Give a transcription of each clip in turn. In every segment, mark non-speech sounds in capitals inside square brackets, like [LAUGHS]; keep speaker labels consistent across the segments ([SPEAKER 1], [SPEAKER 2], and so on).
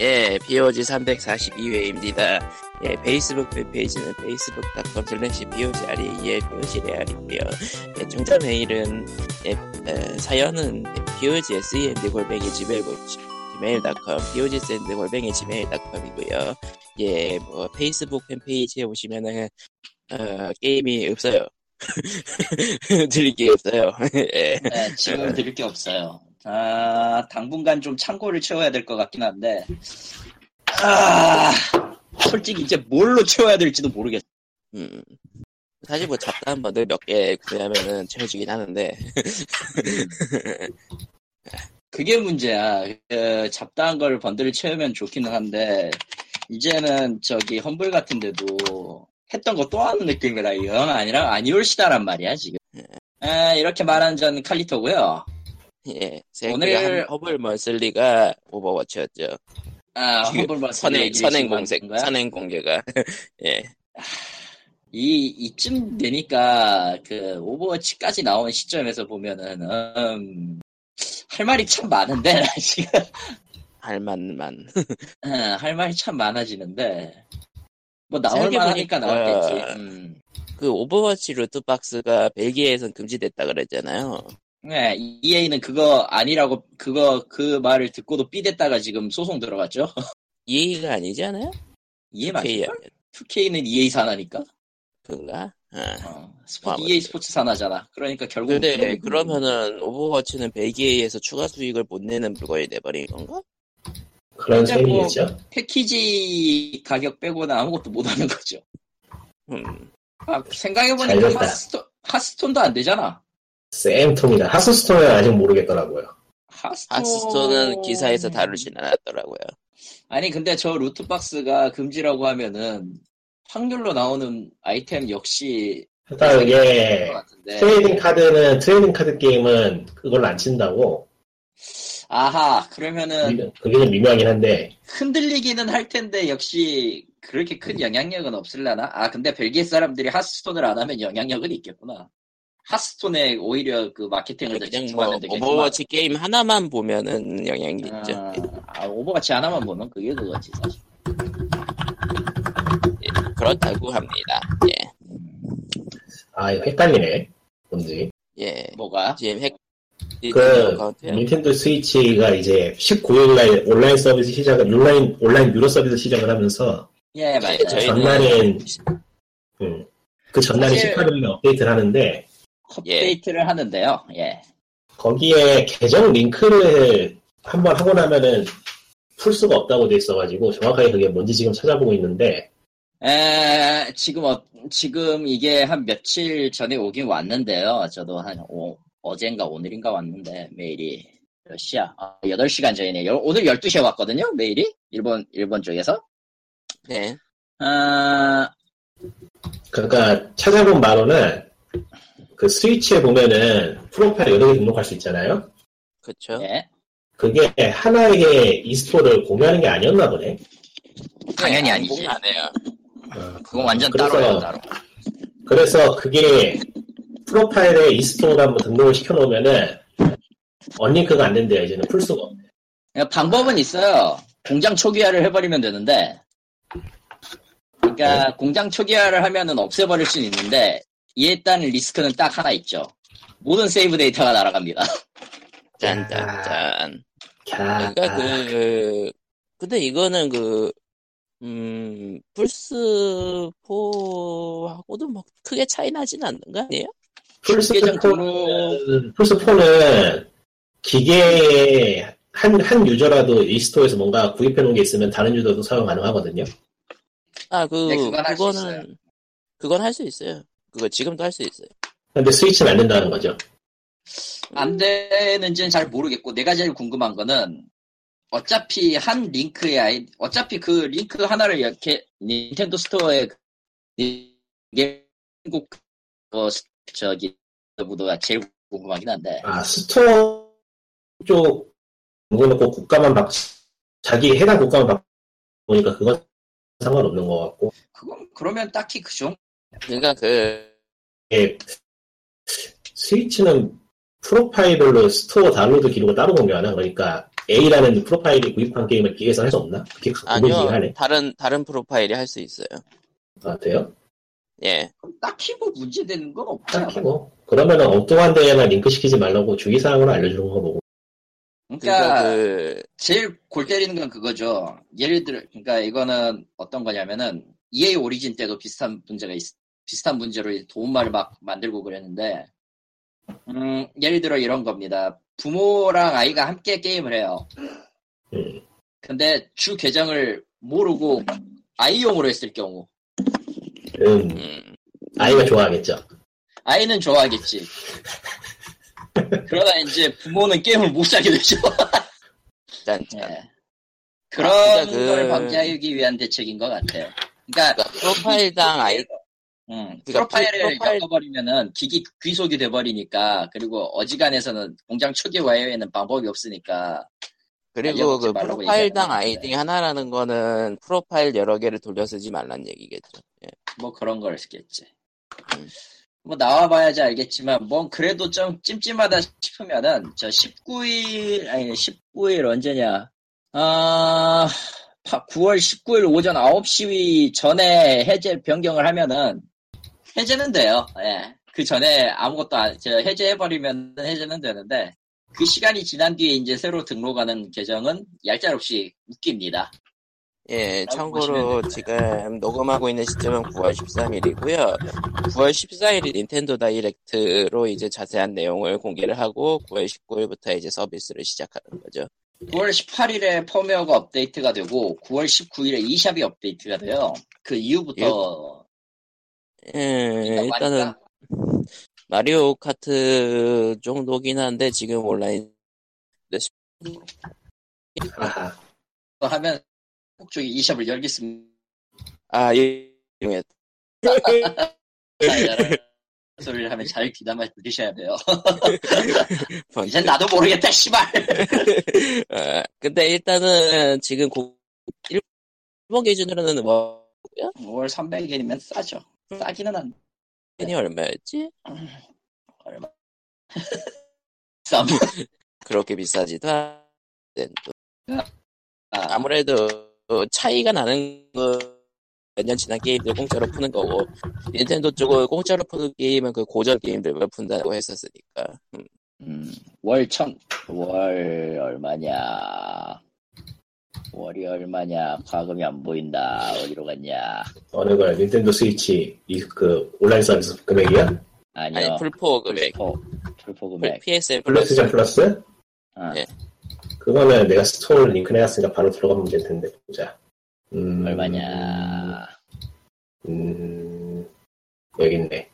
[SPEAKER 1] 예, POG 342회입니다. 예, 페이스북 페이지는 facebook.com slash POG REAL, POG REAL이고요. 예, 청자 메일은, 예, 에, 사연은 POG SEND E 골뱅이 gmail, gmail.com, POG SEND E 골뱅이 gmail.com이고요. 예, 뭐, 페이스북 팬페이지에 오시면은, 어, 게임이 없어요. [LAUGHS] 드릴 게 없어요. [LAUGHS] 예.
[SPEAKER 2] 네, 지금 드릴 게 없어요. 아, 당분간 좀 창고를 채워야 될 것 같긴 한데, 아, 솔직히 이제 뭘로 채워야 될지도 모르겠어.
[SPEAKER 1] 음. 사실 뭐 잡다한 번들 몇 개 구매하면은 채워주긴 하는데
[SPEAKER 2] 그게 문제야. 그 잡다한 걸 번들을 채우면 좋기는 한데, 이제는 저기 험블 같은데도 했던 거 또 하는 느낌이라 이건 아니라 아니올시다란 말이야, 지금. 아, 이렇게 말한 전 칼리토고요.
[SPEAKER 1] 예 생애
[SPEAKER 2] 오늘-
[SPEAKER 1] 한 허블 먼슬리가 오버워치였죠
[SPEAKER 2] 아,
[SPEAKER 1] 지금
[SPEAKER 2] 험블 벌써
[SPEAKER 1] 선행
[SPEAKER 2] 얘기를
[SPEAKER 1] 선행
[SPEAKER 2] 지금 하는
[SPEAKER 1] 공색
[SPEAKER 2] 거야?
[SPEAKER 1] 선행 공개가 [LAUGHS] 예
[SPEAKER 2] 이 이쯤 되니까 그 오버워치까지 나온 시점에서 보면은 음, 할 말이 참 많은데 [LAUGHS] 나 지금
[SPEAKER 1] 할만만
[SPEAKER 2] 어, 할 말이 참 많아지는데 뭐 나올
[SPEAKER 1] 생각해보니까- 아.
[SPEAKER 2] 만하니까 나왔겠지. 음.
[SPEAKER 1] 그 오버워치 루트박스가 벨기에에선 금지됐다 그랬잖아요
[SPEAKER 2] 네, EA는 그거 아니라고 그거 그 말을 듣고도 삐댔다가 지금 소송 들어갔죠. [LAUGHS]
[SPEAKER 1] EA가 아니지 않아요?
[SPEAKER 2] 이해
[SPEAKER 1] k
[SPEAKER 2] 맞지? 2K는 EA 산하니까.
[SPEAKER 1] 그건가? 아.
[SPEAKER 2] 어,
[SPEAKER 1] 아,
[SPEAKER 2] 스포츠
[SPEAKER 1] 맞지.
[SPEAKER 2] EA 스포츠 산하잖아. 그러니까 결국
[SPEAKER 1] 근데 그러면은 오버워치는 벨기에에서 추가 수익을 못 내는 물건이 돼버린 건가?
[SPEAKER 3] 그런
[SPEAKER 2] 근데 뭐-
[SPEAKER 3] 셈이겠죠.
[SPEAKER 2] 패키지 가격 빼고는 아무것도 못 하는 거죠.
[SPEAKER 1] 음.
[SPEAKER 2] 아,
[SPEAKER 3] 잘
[SPEAKER 2] 생각해보니까
[SPEAKER 3] 됐다.
[SPEAKER 2] 하스톤, 하스톤도 안 되잖아.
[SPEAKER 3] 쌤통이다. 하스스톤은 아직 모르겠더라고요.
[SPEAKER 2] 하스톤... 뭐
[SPEAKER 1] 하스스톤은 기사에서 다루진 않았더라고요
[SPEAKER 2] 아니, 근데 저 루트박스가 금지라고 하면은 확률로 나오는 아이템 역시
[SPEAKER 3] 일단
[SPEAKER 2] 그런
[SPEAKER 3] 이게
[SPEAKER 2] 것 같은데.
[SPEAKER 3] 트레이딩 카드는 트레이딩 카드 게임은 그걸 안 친다고.
[SPEAKER 2] 아하,
[SPEAKER 1] 네.
[SPEAKER 2] 그러면은
[SPEAKER 3] 그게 좀 미묘하긴 한데
[SPEAKER 2] 흔들리기는 할 텐데 역시 그렇게
[SPEAKER 3] 네.
[SPEAKER 2] 큰 영향력은 없을라나? 아, 근데 벨기에 사람들이 하스톤을 안 하면 영향력은 있겠구나. 하스톤에 오히려 그 마케팅을 더
[SPEAKER 1] 그냥 뭐
[SPEAKER 2] 집중하면 되겠구나.
[SPEAKER 1] 오버워치 게임 하나만 보면은 영향이 있죠.
[SPEAKER 2] 아, 아, 오버워치 하나만 보면 그게 그거지, 사실.
[SPEAKER 1] 그렇다고 합니다. 예,
[SPEAKER 3] 아 이거 헷갈리네. 뭔지.
[SPEAKER 1] 예, 예.
[SPEAKER 2] 뭐가?
[SPEAKER 1] 지금 핵
[SPEAKER 3] 그
[SPEAKER 1] 어카운트요?
[SPEAKER 3] 닌텐도 스위치가 이제 19일날 온라인 서비스 시작을 온라인 온라인 유료 서비스 시작을 하면서
[SPEAKER 2] 예, 맞아요.
[SPEAKER 1] 예, 저희는-
[SPEAKER 3] 전날엔 음, 그 전날에
[SPEAKER 2] 사실-
[SPEAKER 3] 18일에 업데이트를 하는데 예.
[SPEAKER 2] 업데이트를 하는데요. 예.
[SPEAKER 3] 거기에 계정 링크를 한번 하고 나면은 풀 수가 없다고 돼 있어가지고 정확하게 그게 뭔지 지금 찾아보고 있는데
[SPEAKER 2] 에, 지금, 어, 지금 이게 한 며칠 전에 오긴 왔는데요. 저도 한 오, 어젠가 오늘인가 왔는데 메일이 몇 시야? 아, 8시간 전이네. 요 오늘 12시에 왔거든요. 메일이. 일본, 일본 쪽에서.
[SPEAKER 1] 네.
[SPEAKER 2] 아,
[SPEAKER 3] 그러니까 찾아본 바로는 그 스위치에 보면은 프로파일 여러 개 등록할 수 있잖아요.
[SPEAKER 1] 그쵸.
[SPEAKER 2] 예.
[SPEAKER 3] 그게 하나의 e스토어를 공유하는 게 아니었나 보네.
[SPEAKER 2] 당연히
[SPEAKER 1] 안
[SPEAKER 2] 아니지.
[SPEAKER 1] 보면 안 해요.
[SPEAKER 3] 어,
[SPEAKER 2] 아, 그건 완전
[SPEAKER 3] 그래서-
[SPEAKER 2] 따로예요, 따로.
[SPEAKER 3] 그래서 그게 프로파일에 e스토어를 한번 등록을 시켜놓으면은 언링크가 안 된대요. 이제는 풀 수가 없네.
[SPEAKER 2] 그러니까 방법은 있어요. 공장 초기화를 해버리면 되는데, 그러니까 공장 초기화를 하면은 없애버릴 수는 있는데 이에 따른 리스크는 딱 하나 있죠. 모든 세이브 데이터가 날아갑니다.
[SPEAKER 1] 짠짠짠.
[SPEAKER 2] 아,
[SPEAKER 3] 캬. 아,
[SPEAKER 1] 그러니까 그 근데 이거는 그 음, 플스 4하고도 뭐 크게 차이 나진 않는 거 아니에요?
[SPEAKER 3] 플스
[SPEAKER 2] 계정
[SPEAKER 3] 포
[SPEAKER 2] 등록.
[SPEAKER 3] 는 플스 4는 기계 한, 한 유저라도 e스토어에서 뭔가 구입해 놓은 게 있으면 다른 유저도 사용 가능하거든요.
[SPEAKER 1] 아, 그
[SPEAKER 2] 네, 그건 할수
[SPEAKER 1] 그거는 그건 할 수 있어요. 그거 지금도 할 수 있어요.
[SPEAKER 3] 근데 스위치는 안 된다는 거죠.
[SPEAKER 2] 안 되는지는 잘 모르겠고 내가 제일 궁금한 거는 어차피 한 링크의 아이 어차피 그 링크 하나를 이렇게 닌텐도 스토어에 그 이게 꼭 어, 저기 보도가 제일 궁금하긴 한데
[SPEAKER 3] 아, 스토어 쪽, 이거 놓고 국가만 막, 자기 해당 국가만 막, 보니까 그건 상관없는 것 같고.
[SPEAKER 2] 그건 그러면 딱히 그 정도
[SPEAKER 1] 그러니까 그
[SPEAKER 3] 예. 스위치는 프로파일별로 스토어 다운로드 기록을 따로 공개하나? 그러니까 A라는 프로파일이 구입한 게임을 끼해서 할 수 없나? 그게
[SPEAKER 1] 아니요
[SPEAKER 3] 궁금하긴 하네.
[SPEAKER 1] 다른 다른 프로파일이 할 수 있어요
[SPEAKER 3] 아, 돼요?
[SPEAKER 1] 예
[SPEAKER 2] 그럼 딱히 뭐 문제되는 건 없잖아.
[SPEAKER 3] 딱히 뭐. 그러면은 엉뚱한 데에만 링크시키지 말라고 주의사항으로 알려주는 거 보고.
[SPEAKER 1] 그러니까
[SPEAKER 2] 그러니까
[SPEAKER 1] 그
[SPEAKER 2] 제일 골 때리는 건 그거죠. 예를 들어, 그러니까 이거는 어떤 거냐면은 EA 오리진 때도 비슷한 문제가 있, 비슷한 문제로 이제 도움말을 막 만들고 그랬는데, 음, 예를 들어 이런 겁니다. 부모랑 아이가 함께 게임을 해요.
[SPEAKER 3] 음.
[SPEAKER 2] 근데 주 계정을 모르고 아이용으로 했을 경우,
[SPEAKER 3] 음,
[SPEAKER 1] 음,
[SPEAKER 3] 아이가 좋아하겠죠.
[SPEAKER 2] 아이는
[SPEAKER 3] [LAUGHS]
[SPEAKER 2] 좋아하겠지. 그러다 이제 부모는 게임을 못 하게 되죠.
[SPEAKER 1] 짠, 짠.
[SPEAKER 2] 예. 그런
[SPEAKER 1] 아, 진짜 그-
[SPEAKER 2] 걸 방지하기 위한 대책인 것 같아요. 그러니까
[SPEAKER 1] 그러니까 [LAUGHS] 프로파일당 아이
[SPEAKER 2] 음,
[SPEAKER 1] 그러니까
[SPEAKER 2] 프로파일을
[SPEAKER 1] 프로파일-
[SPEAKER 2] 엮어버리면은 기기 귀속이 돼버리니까 그리고 어지간해서는 공장 초기 와이어에는 방법이 없으니까
[SPEAKER 1] 그리고
[SPEAKER 2] 알려먹지
[SPEAKER 1] 그
[SPEAKER 2] 말라고
[SPEAKER 1] 프로파일당
[SPEAKER 2] 얘기하는
[SPEAKER 1] 아이디 하나라는 거는 프로파일 여러 개를 돌려 쓰지 말란 얘기겠죠 예.
[SPEAKER 2] 뭐 그런 걸 쓰겠지.
[SPEAKER 1] 음.
[SPEAKER 2] 뭐 나와봐야지 알겠지만 뭔 그래도 좀 찜찜하다 싶으면은 저 19일 아니 19일 언제냐 아 9월 19일 오전 9시 전에 해제 변경을 하면은 해제는 돼요. 예. 그 전에 아무것도 안, 저 해제해버리면 해제는 되는데 그 시간이 지난 뒤에 이제 새로 등록하는 계정은 얄짤없이 웃깁니다.
[SPEAKER 1] 예,
[SPEAKER 2] 라고
[SPEAKER 1] 참고로 지금 녹음하고 있는 시점은 9월 13일이고요. 9월 14일이 닌텐도 다이렉트로 이제 자세한 내용을 공개를 하고 9월 19일부터 이제 서비스를 시작하는 거죠.
[SPEAKER 2] 9월 18일에 펌웨어가 업데이트가 되고 9월 19일에 이샵이 업데이트가 돼요. 그 이후부터
[SPEAKER 1] 예,
[SPEAKER 2] 일단
[SPEAKER 1] 일단은
[SPEAKER 2] 완가-
[SPEAKER 1] 마리오 카트 정도긴 한데 지금 온라인
[SPEAKER 3] 아하.
[SPEAKER 2] 하면 꼭 저기 이샵을 열겠습니다.
[SPEAKER 1] 아, 예. 예.
[SPEAKER 2] 라는 소리를 하면 잘 귀담아 들으셔야 돼요. [LAUGHS]
[SPEAKER 1] 번-
[SPEAKER 2] 이제 나도 모르겠다, 씨발.
[SPEAKER 1] [LAUGHS] 아, 근데 일단은 지금 고, 일- 일본 기준으로는 뭐
[SPEAKER 2] 5월 300일이면 싸죠. 싸기는 한데 음,
[SPEAKER 1] 펜이 얼마였지?
[SPEAKER 2] 얼마? [LAUGHS] 쌈.
[SPEAKER 1] 그렇게 비싸지도 않
[SPEAKER 2] 아,
[SPEAKER 1] 아무래도 차이가 나는 몇 년 지난 게임들 공짜로 푸는 거고 닌텐도 쪽은 공짜로 푸는 게임은 그 고전 게임들만 푼다고 했었으니까 음,
[SPEAKER 2] 음, 월 천, 월 얼마냐? 월이 얼마냐? 과금이 안 보인다. 어디로 갔냐?
[SPEAKER 3] 어느 거야? 닌텐도 스위치, 이, 그, 온라인 서비스 금액이야?
[SPEAKER 2] 아니요.
[SPEAKER 1] 아니 풀포 금액
[SPEAKER 2] 불포, 불포
[SPEAKER 1] 풀-
[SPEAKER 2] 금액.
[SPEAKER 1] PSL 플러스
[SPEAKER 3] 플러스전 플러스?
[SPEAKER 2] 어,
[SPEAKER 1] 예.
[SPEAKER 3] 그거는 내가 스토어 링크 내놨으니까 바로 들어가면 될 텐데, 보자. 음,
[SPEAKER 2] 얼마냐?
[SPEAKER 3] 음, 여기 있네.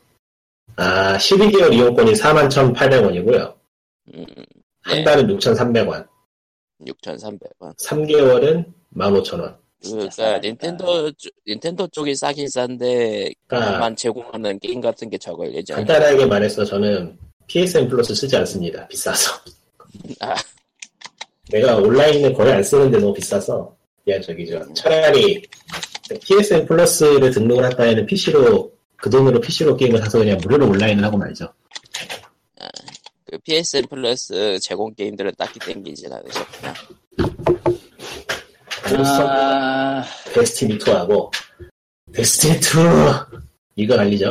[SPEAKER 3] 아, 12개월 이용권이 41,800원이고요.
[SPEAKER 1] 음,
[SPEAKER 3] 한
[SPEAKER 1] 네.
[SPEAKER 3] 달은 6,300원,
[SPEAKER 1] 6,300원
[SPEAKER 3] 3개월은 15,000원.
[SPEAKER 2] 진짜
[SPEAKER 1] 그러니까
[SPEAKER 2] 싸다.
[SPEAKER 1] 닌텐도 쪽- 닌텐도 쪽이 싸긴 싼데
[SPEAKER 2] 아.
[SPEAKER 3] 그러니까
[SPEAKER 1] 만 제공하는 게임 같은 게 적을 예정이
[SPEAKER 3] 간단하게 말해서 저는 PSN 플러스 쓰지 않습니다. 비싸서.
[SPEAKER 1] 아.
[SPEAKER 3] 내가 온라인을 거의 안 쓰는데 너무 비싸서. 야, 저기, 저, 차라리 PSN 플러스를 등록을 할 바에는 PC로, 그 돈으로 PC로 게임을 사서 그냥 무료로 온라인을 하고 말죠.
[SPEAKER 1] 그 PSN 플러스 제공 게임들은 딱히 땡기진 않으셨구나
[SPEAKER 2] 아,
[SPEAKER 3] 데스티니 2하고, 데스티니 2! 이거 알리죠?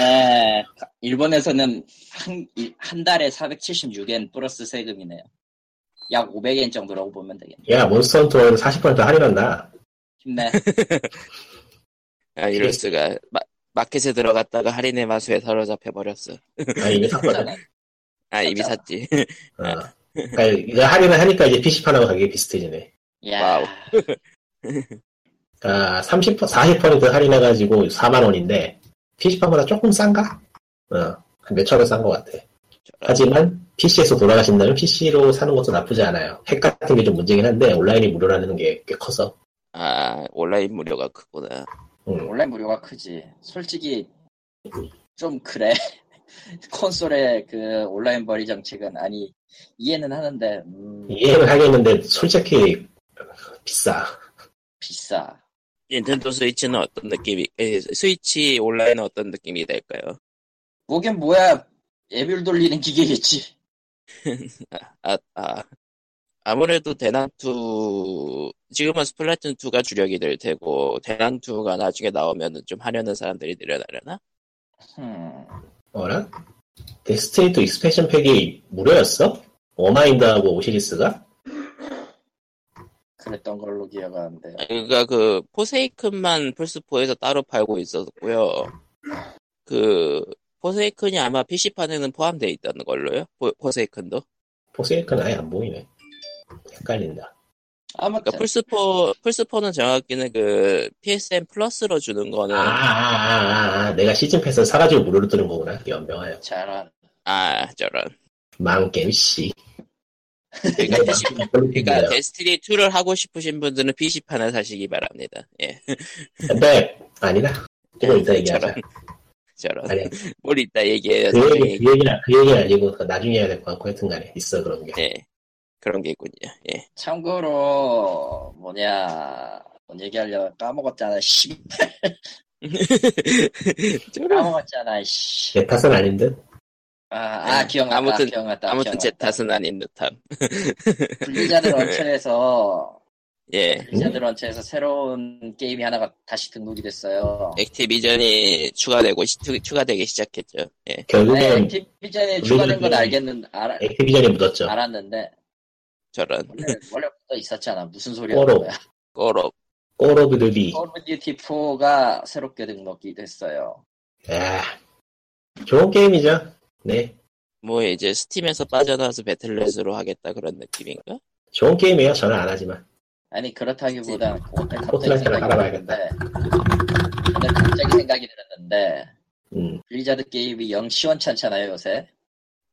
[SPEAKER 2] 예. 일본에서는 한, 일- 한 달에 476엔 플러스 세금이네요. 약 500엔 정도라고 보면 되겠네.
[SPEAKER 3] 야, 몬스터 헌터 40% 할인한다.
[SPEAKER 1] [LAUGHS]
[SPEAKER 2] 힘내.
[SPEAKER 1] 아
[SPEAKER 2] 그렇죠.
[SPEAKER 1] 이럴 수가 마, 마켓에 들어갔다가 할인의 마수에 사로잡혀 버렸어
[SPEAKER 3] 아, 이미 샀거든.
[SPEAKER 1] 아 이미
[SPEAKER 2] 맞아.
[SPEAKER 1] 샀지 [LAUGHS]
[SPEAKER 3] 어. 그러니까 이거 할인을 하니까 이제 PC판하고 가격이 비슷해지네.
[SPEAKER 2] 야.
[SPEAKER 1] 와우.
[SPEAKER 3] 아, 30%, 40%더 할인해가지고 4만원인데, PC판보다 조금 싼가? 어, 한 몇천 원 싼 것 같아. 하지만, PC에서 돌아가신다면 PC로 사는 것도 나쁘지 않아요. 핵 같은 게 좀 문제긴 한데, 온라인이 무료라는 게 꽤 커서.
[SPEAKER 1] 아, 온라인 무료가 크구나.
[SPEAKER 3] 음.
[SPEAKER 2] 원래 무료가 크지. 솔직히 좀 그래. [LAUGHS] 콘솔의 그 온라인 버리 정책은 아니 이해는 하는데 음,
[SPEAKER 1] 예.
[SPEAKER 3] 이해를 하겠는데, 솔직히, 비싸.
[SPEAKER 2] 비싸.
[SPEAKER 1] 닌텐도 스위치는 어떤 느낌이, 에, 스위치 온라인은 어떤 느낌이 될까요?
[SPEAKER 2] 뭐긴 뭐야 앱을 돌리는 기계겠지.
[SPEAKER 1] 아, 아, 아무래도 대난투 지금은 스플래툰 2가 주력이 될 테고 대난투가 나중에 나오면 좀 하려는 사람들이 늘어나려나?
[SPEAKER 2] 음,
[SPEAKER 3] 어라? 데스티니도 익스펜션 팩이 무료였어? 워마인드하고 오시리스가?
[SPEAKER 2] 그랬던 걸로 기억하는데.
[SPEAKER 1] 그러니까 그 포세이큰만 플스4에서 따로 팔고 있었고요. 그 포세이큰이 아마 PC판에는 포함되어 있다는 걸로요. 포, 포세이큰도. 그러니까
[SPEAKER 3] 포세이크는 아예 안 보이네. 헷갈린다.
[SPEAKER 2] 아무튼
[SPEAKER 1] 그러니까 플스4 플스4는 정확히는 그 PSN 플러스로 주는
[SPEAKER 3] 아,
[SPEAKER 1] 거는
[SPEAKER 3] 아, 아, 아, 아. 내가 시즌 패스 사가지고 무료로 뜨는 거구나. 연명하여.
[SPEAKER 2] 잘한.
[SPEAKER 1] 아 저런.
[SPEAKER 3] 망 게임 씨. 네,
[SPEAKER 1] 그러니까
[SPEAKER 3] 이거
[SPEAKER 1] PC
[SPEAKER 3] 망 게임 별로
[SPEAKER 1] 그러니까
[SPEAKER 3] 힘들어요.
[SPEAKER 1] 데스티니 2를 하고 싶으신 분들은 PC판을 사시기 바랍니다. 예. [LAUGHS]
[SPEAKER 3] 근데 네, 아니다. 이거 이따 얘기하자.
[SPEAKER 1] 저런.
[SPEAKER 3] 아니,
[SPEAKER 1] 뭘 이따 얘기해요.
[SPEAKER 3] 그
[SPEAKER 1] 나중에
[SPEAKER 3] 얘기, 그 얘기는, 그 얘기는 아니고, 그 나중에 해야 될 것 같고, 하여튼간에, 있어, 그런 게.
[SPEAKER 1] 예. 그런 게 있군요. 예. [LAUGHS]
[SPEAKER 2] 참고로 뭐냐 뭔 얘기하려고 까먹었잖아. 씨
[SPEAKER 1] 저런.
[SPEAKER 2] 까먹었잖아. 씨.
[SPEAKER 3] 내 탓은 아닌 듯?
[SPEAKER 2] 아, 아
[SPEAKER 1] 네.
[SPEAKER 2] 기억났다.
[SPEAKER 1] 아무튼-
[SPEAKER 2] 기억났다.
[SPEAKER 1] 아무튼 제 네.
[SPEAKER 2] 기억났다.
[SPEAKER 1] 탓은 아닌 듯함. [LAUGHS]
[SPEAKER 2] 블리자드 런처에서
[SPEAKER 1] 예.
[SPEAKER 2] 블리자드 런처에서 새로운 게임이 하나가 다시 등록이 됐어요.
[SPEAKER 1] 네. 액티비전이 추가되고 시- 추- 추가되기 시작했죠. 예.
[SPEAKER 2] 네,
[SPEAKER 3] 결국엔
[SPEAKER 2] 액티비전에 추가된 건
[SPEAKER 3] 블리자드-
[SPEAKER 2] 알겠는 알아,
[SPEAKER 3] 액티비전이 묻었죠.
[SPEAKER 2] 알았는데
[SPEAKER 1] 저런
[SPEAKER 2] 원래 원래부터 있었잖아. 무슨 소리 하는
[SPEAKER 3] 꼬로,
[SPEAKER 2] 거야?
[SPEAKER 1] 꼬로
[SPEAKER 3] 꼬로 오브 듀티.
[SPEAKER 1] 어.
[SPEAKER 2] 콜 오브 듀티 4가 새롭게 등록이 됐어요.
[SPEAKER 3] 야 좋은 게임이죠. 네.
[SPEAKER 1] 뭐 이제 스팀에서 빠져나와서 배틀넷으로 하겠다 그런 느낌인가?
[SPEAKER 3] 좋은 게임이에요. 저는 안 하지만.
[SPEAKER 2] 아니 그렇다기보다 갑자기
[SPEAKER 3] 포트나이트를
[SPEAKER 2] 생각이
[SPEAKER 3] 알아봐야겠다.
[SPEAKER 2] 들었는데 근데 갑자기 생각이 들었는데
[SPEAKER 3] 음.
[SPEAKER 2] 블리자드 게임이 영 시원찮잖아요 요새.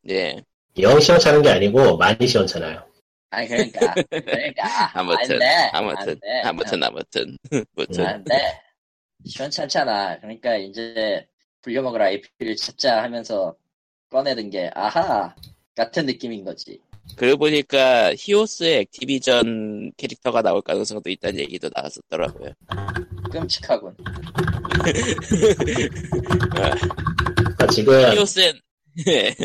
[SPEAKER 1] 예.
[SPEAKER 3] 영 시원찮은 게 아니고, 많이 시원찮아요.
[SPEAKER 2] 아니 그러니까 그러니까
[SPEAKER 1] [LAUGHS] 아무튼,
[SPEAKER 2] 안돼
[SPEAKER 1] 아무튼
[SPEAKER 2] 안돼
[SPEAKER 1] 아무튼 아무튼 [LAUGHS] 아무튼
[SPEAKER 2] 안돼 시원찮잖아. 그러니까 이제 불려먹을 IP를 찾자 하면서 꺼내든 게 아하 같은 느낌인 거지.
[SPEAKER 1] 그러고 보니까 히오스의 액티비전 캐릭터가 나올 가능성도 있다는 얘기도 나왔었더라고요.
[SPEAKER 2] 끔찍하군.
[SPEAKER 3] 그러니까 지금,
[SPEAKER 1] 히오스엔 [LAUGHS] 예,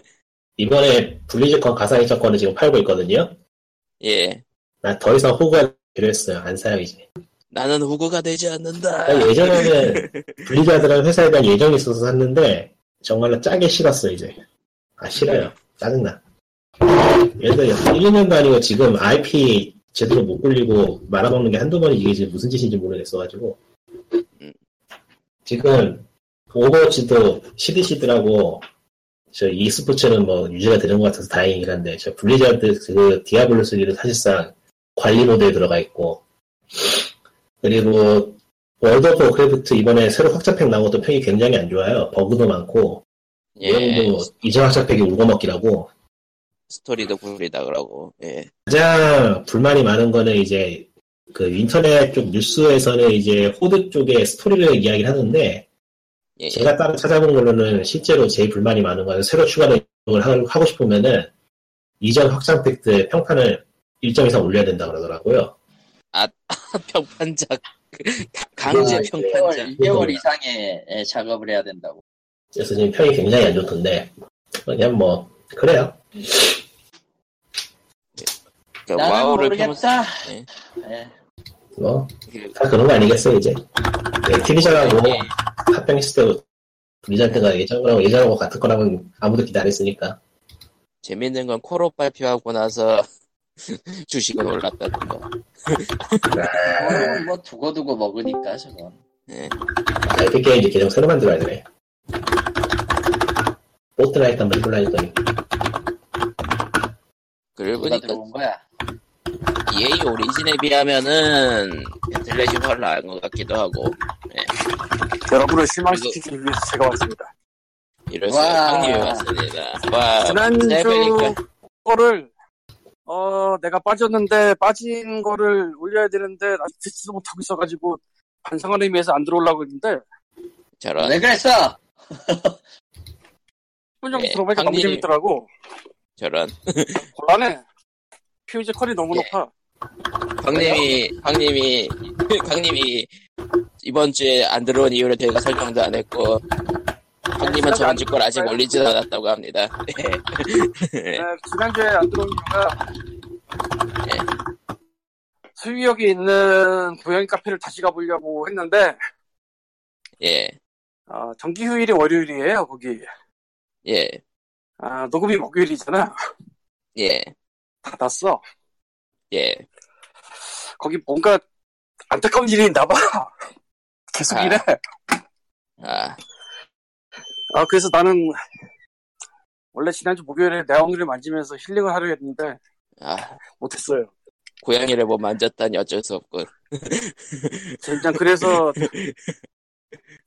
[SPEAKER 3] 이번에 블리즈컨 가상이적권을 지금 팔고 있거든요.
[SPEAKER 1] 예
[SPEAKER 3] 나 더 이상 호구가 필요했어요. 안 사요, 이제.
[SPEAKER 1] 나는 후구가 되지 않는다.
[SPEAKER 3] 나 예전에는 블리자드라는 회사에 대한 예정이 있어서 샀는데, 정말로 짜게 싫었어, 이제. 아, 싫어요. 짜증나. 예전에 1년도 아니고 지금 IP 제대로 못 굴리고 말아먹는 게 한두 번이 이게 지금 무슨 짓인지 모르겠어가지고. 지금, 오버워치도 CDC들하고, 저 e스포츠는 뭐 유지가 되는 것 같아서 다행이긴 한데, 저 블리자드 그 디아블로 3는 사실상 관리 모드에 들어가 있고, 그리고 월드 오브 워크래프트 이번에 새로 확장팩 나온 것도 평이 굉장히 안 좋아요. 버그도 많고,
[SPEAKER 1] 예,
[SPEAKER 3] 물론 뭐 이전 확장팩이 울고먹기라고.
[SPEAKER 1] 스토리도 구리다 그러고 예,
[SPEAKER 3] 가장 불만이 많은 거는 이제 그 인터넷 쪽 뉴스에서는 이제 호드 쪽의 스토리를 이야기를 하는데,
[SPEAKER 1] 예,
[SPEAKER 3] 제가 따로 찾아본 걸로는 실제로 제일 불만이 많은 거는 새로 추가된 걸 하- 하고 싶으면은 이전 확장팩트의 평판을 일정 이상 올려야 된다 그러더라고요.
[SPEAKER 1] [LAUGHS] 평판작 [LAUGHS] 강제
[SPEAKER 2] 아,
[SPEAKER 3] 네.
[SPEAKER 1] 평판작
[SPEAKER 2] 2개월, 2개월 이상의 예, 작업을 해야 된다고.
[SPEAKER 3] 그래서 지금 평이 굉장히 안 좋던데 그냥 뭐 그래요.
[SPEAKER 1] 그러니까
[SPEAKER 2] 나는
[SPEAKER 1] 와우를
[SPEAKER 2] 모르겠다.
[SPEAKER 1] 펴면서- 예.
[SPEAKER 2] 예.
[SPEAKER 3] 뭐 다
[SPEAKER 1] 그-
[SPEAKER 3] 그런 거 아니겠어요 이제. 네, 액티비전하고 합병했을 때도 리자드가 예전하고 예전하고 같은 거라고 아무도 기대 안 했으니까
[SPEAKER 1] 재밌는 건 코로 발표하고 나서 [LAUGHS] 주식은 올랐다는 거.
[SPEAKER 2] 그거는 뭐 두고두고 먹으니까 저건.
[SPEAKER 3] 에픽 게임즈 계정 새로 만들어야 되네. 포트나이트 한번 해볼라 했더니
[SPEAKER 1] 그러고
[SPEAKER 2] 누가
[SPEAKER 1] 보니까
[SPEAKER 2] 들어온 거야?
[SPEAKER 1] EA 오리진에 비하면은 배틀넷이 훨 나은 것 같기도 하고
[SPEAKER 4] 여러분을 실망시키기 위해서 제가 왔습니다.
[SPEAKER 1] 이럴
[SPEAKER 2] 와.
[SPEAKER 1] 수가 형님이 왔습니다. 와
[SPEAKER 4] 지난주
[SPEAKER 1] 짧으니까.
[SPEAKER 4] 거를 어 내가 빠졌는데 빠진 거를 올려야 되는데 아직 듣지도 못하고 있어가지고 반성하는 의미에서 안 들어오려고 했는데
[SPEAKER 1] 저런
[SPEAKER 2] 왜 그랬어?
[SPEAKER 4] 10분 정도
[SPEAKER 1] 예,
[SPEAKER 4] 들어보니까 너무
[SPEAKER 1] 강진이.
[SPEAKER 4] 재밌더라고.
[SPEAKER 1] 저런
[SPEAKER 4] 곤란해. 퓨즈 컬이 너무
[SPEAKER 1] 예.
[SPEAKER 4] 높아.
[SPEAKER 1] 강님이 강님이 [LAUGHS] 강님이 이번 주에 안 들어온 이유를 저희가 설명도 안 했고 손님은 저런 줄걸 아직 올리지 않았다고 합니다.
[SPEAKER 4] 네, 지난주에 안 들어온 이유가
[SPEAKER 1] 네.
[SPEAKER 4] 수유역에 있는 고양이 카페를 다시 가보려고 했는데
[SPEAKER 1] 예,
[SPEAKER 4] 아, 정기 휴일이 월요일이에요 거기
[SPEAKER 1] 예,
[SPEAKER 4] 아, 녹음이 목요일이잖아 [LAUGHS] 아,
[SPEAKER 1] 예,
[SPEAKER 4] 닫았어
[SPEAKER 1] 예.
[SPEAKER 4] 거기 뭔가 안타까운 일이 있나 봐 [LAUGHS] 계속
[SPEAKER 1] 아.
[SPEAKER 4] 이래
[SPEAKER 1] 아,
[SPEAKER 4] 아, 그래서 나는 원래 지난주 목요일에 내 엉덩이를 만지면서 힐링을 하려 했는데
[SPEAKER 1] 아,
[SPEAKER 4] 못했어요.
[SPEAKER 1] 고양이를 못 만졌다니 어쩔 수 없군.
[SPEAKER 4] 젠장 그래서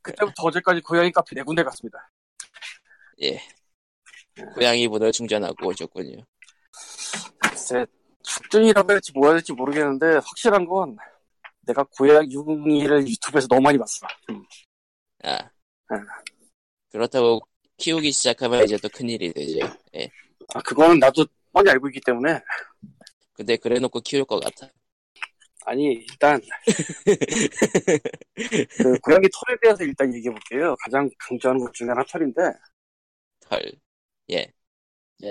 [SPEAKER 4] 그때부터 어제까지 고양이 카페 네 군데 갔습니다.
[SPEAKER 1] 고양이 분을 충전하고 오셨군요.
[SPEAKER 4] 글쎄 축전이라고 할지 뭐라 할지 모르겠는데 확실한 건 내가 고양이 유흥이를 유튜브에서 너무 많이 봤어. 음.
[SPEAKER 1] 아, 그렇다고 키우기 시작하면 이제 또 큰일이 되죠. 예.
[SPEAKER 4] 아, 그거는 나도 뻔히 알고 있기 때문에
[SPEAKER 1] 근데 그래놓고 키울 것 같아.
[SPEAKER 4] 아니 일단
[SPEAKER 1] [LAUGHS]
[SPEAKER 4] 그 고양이 털에 대해서 일단 얘기해 볼게요. 가장 강조하는 것 중에 하나 털인데
[SPEAKER 1] 털.
[SPEAKER 2] 예,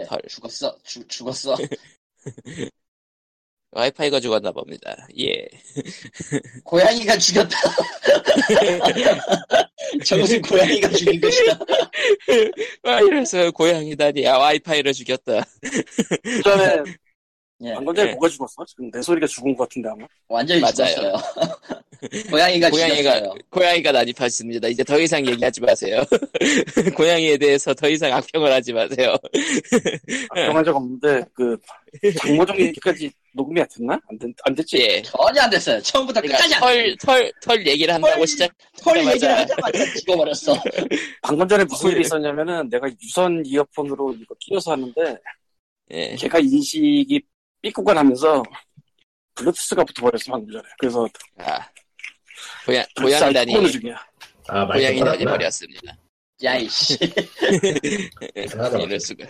[SPEAKER 1] 털.
[SPEAKER 2] 죽었어. 죽, 죽었어.
[SPEAKER 1] 와이파이가 죽었나 봅니다. 예. [LAUGHS]
[SPEAKER 2] 고양이가 죽였다. 저것은 고양이가 죽인 것이다.
[SPEAKER 1] 아, 이래서 고양이다니. 아, 와이파이를 죽였다.
[SPEAKER 4] 그 전에
[SPEAKER 1] 네.
[SPEAKER 2] 예,
[SPEAKER 4] 방금 전에
[SPEAKER 1] 예.
[SPEAKER 4] 뭐가 죽었어? 지금 내 소리가 죽은 것 같은데 아마.
[SPEAKER 2] 완전히
[SPEAKER 1] 맞아요.
[SPEAKER 2] 죽었어요. [LAUGHS] 고양이가
[SPEAKER 1] 고양이가,
[SPEAKER 2] 죽였어요.
[SPEAKER 1] 고양이가 난입했습니다. 이제 더 이상 얘기하지 마세요. [LAUGHS] 고양이에 대해서 더 이상 악평을 하지 마세요. 네.
[SPEAKER 4] 정한 적 없는데 그 장모정 얘기까지 녹음이 안 됐나? 안, 됐, 안 됐지?
[SPEAKER 1] 예.
[SPEAKER 2] 전혀 안 됐어요. 처음부터
[SPEAKER 1] 그러니까
[SPEAKER 2] 끝까지 안
[SPEAKER 1] 털, 털, 털 얘기를 한다고
[SPEAKER 2] 털-
[SPEAKER 1] 시작.
[SPEAKER 2] 털
[SPEAKER 1] 맞아.
[SPEAKER 2] 얘기를 하자마자 죽어버렸어.
[SPEAKER 4] 방금 전에 무슨
[SPEAKER 1] 네.
[SPEAKER 4] 일이 있었냐면은 내가 유선 이어폰으로 이거 끼워서 하는데
[SPEAKER 1] 예.
[SPEAKER 4] 걔가 인식이 삐꾸가 나면서 블루투스가 붙어버렸어 방금 전에 그래서
[SPEAKER 1] 아. 고양,
[SPEAKER 4] 블루투스
[SPEAKER 1] 고양이다니.
[SPEAKER 4] 꽂는 중이야
[SPEAKER 3] 아, 마이크
[SPEAKER 1] 고양이다니
[SPEAKER 3] 꺼놨구나.
[SPEAKER 1] 버렸습니다.
[SPEAKER 2] 야이씨.
[SPEAKER 3] 이상하다.
[SPEAKER 1] 예, 이럴 수가.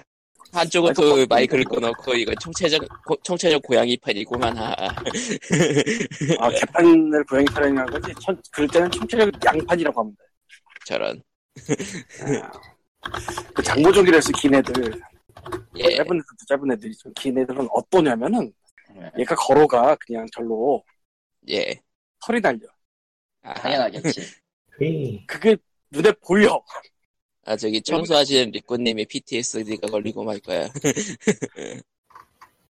[SPEAKER 1] 한쪽은 또 마이크를 꺼놓고 이거 총체적 고, 총체적 고양이판이구만 아, 하.
[SPEAKER 4] 아
[SPEAKER 1] 네.
[SPEAKER 4] 개판을 고양이 타령이라는 거지 천- 그럴 때는 총체적 양판이라고 하면
[SPEAKER 1] 저런.
[SPEAKER 4] 돼그 장모종이라서 긴 애들
[SPEAKER 1] 예.
[SPEAKER 4] 짧은 애들도 짧은 애들이 좀긴 애들은 어떠냐면은
[SPEAKER 2] 예,
[SPEAKER 4] 얘가 걸어가 그냥 절로
[SPEAKER 1] 예.
[SPEAKER 4] 털이 날려
[SPEAKER 1] 아하.
[SPEAKER 2] 당연하겠지.
[SPEAKER 3] 휘.
[SPEAKER 4] 그게 눈에 보여
[SPEAKER 1] 아 저기 청소하시는 리꾸님이 PTSD가 걸리고 말 거야.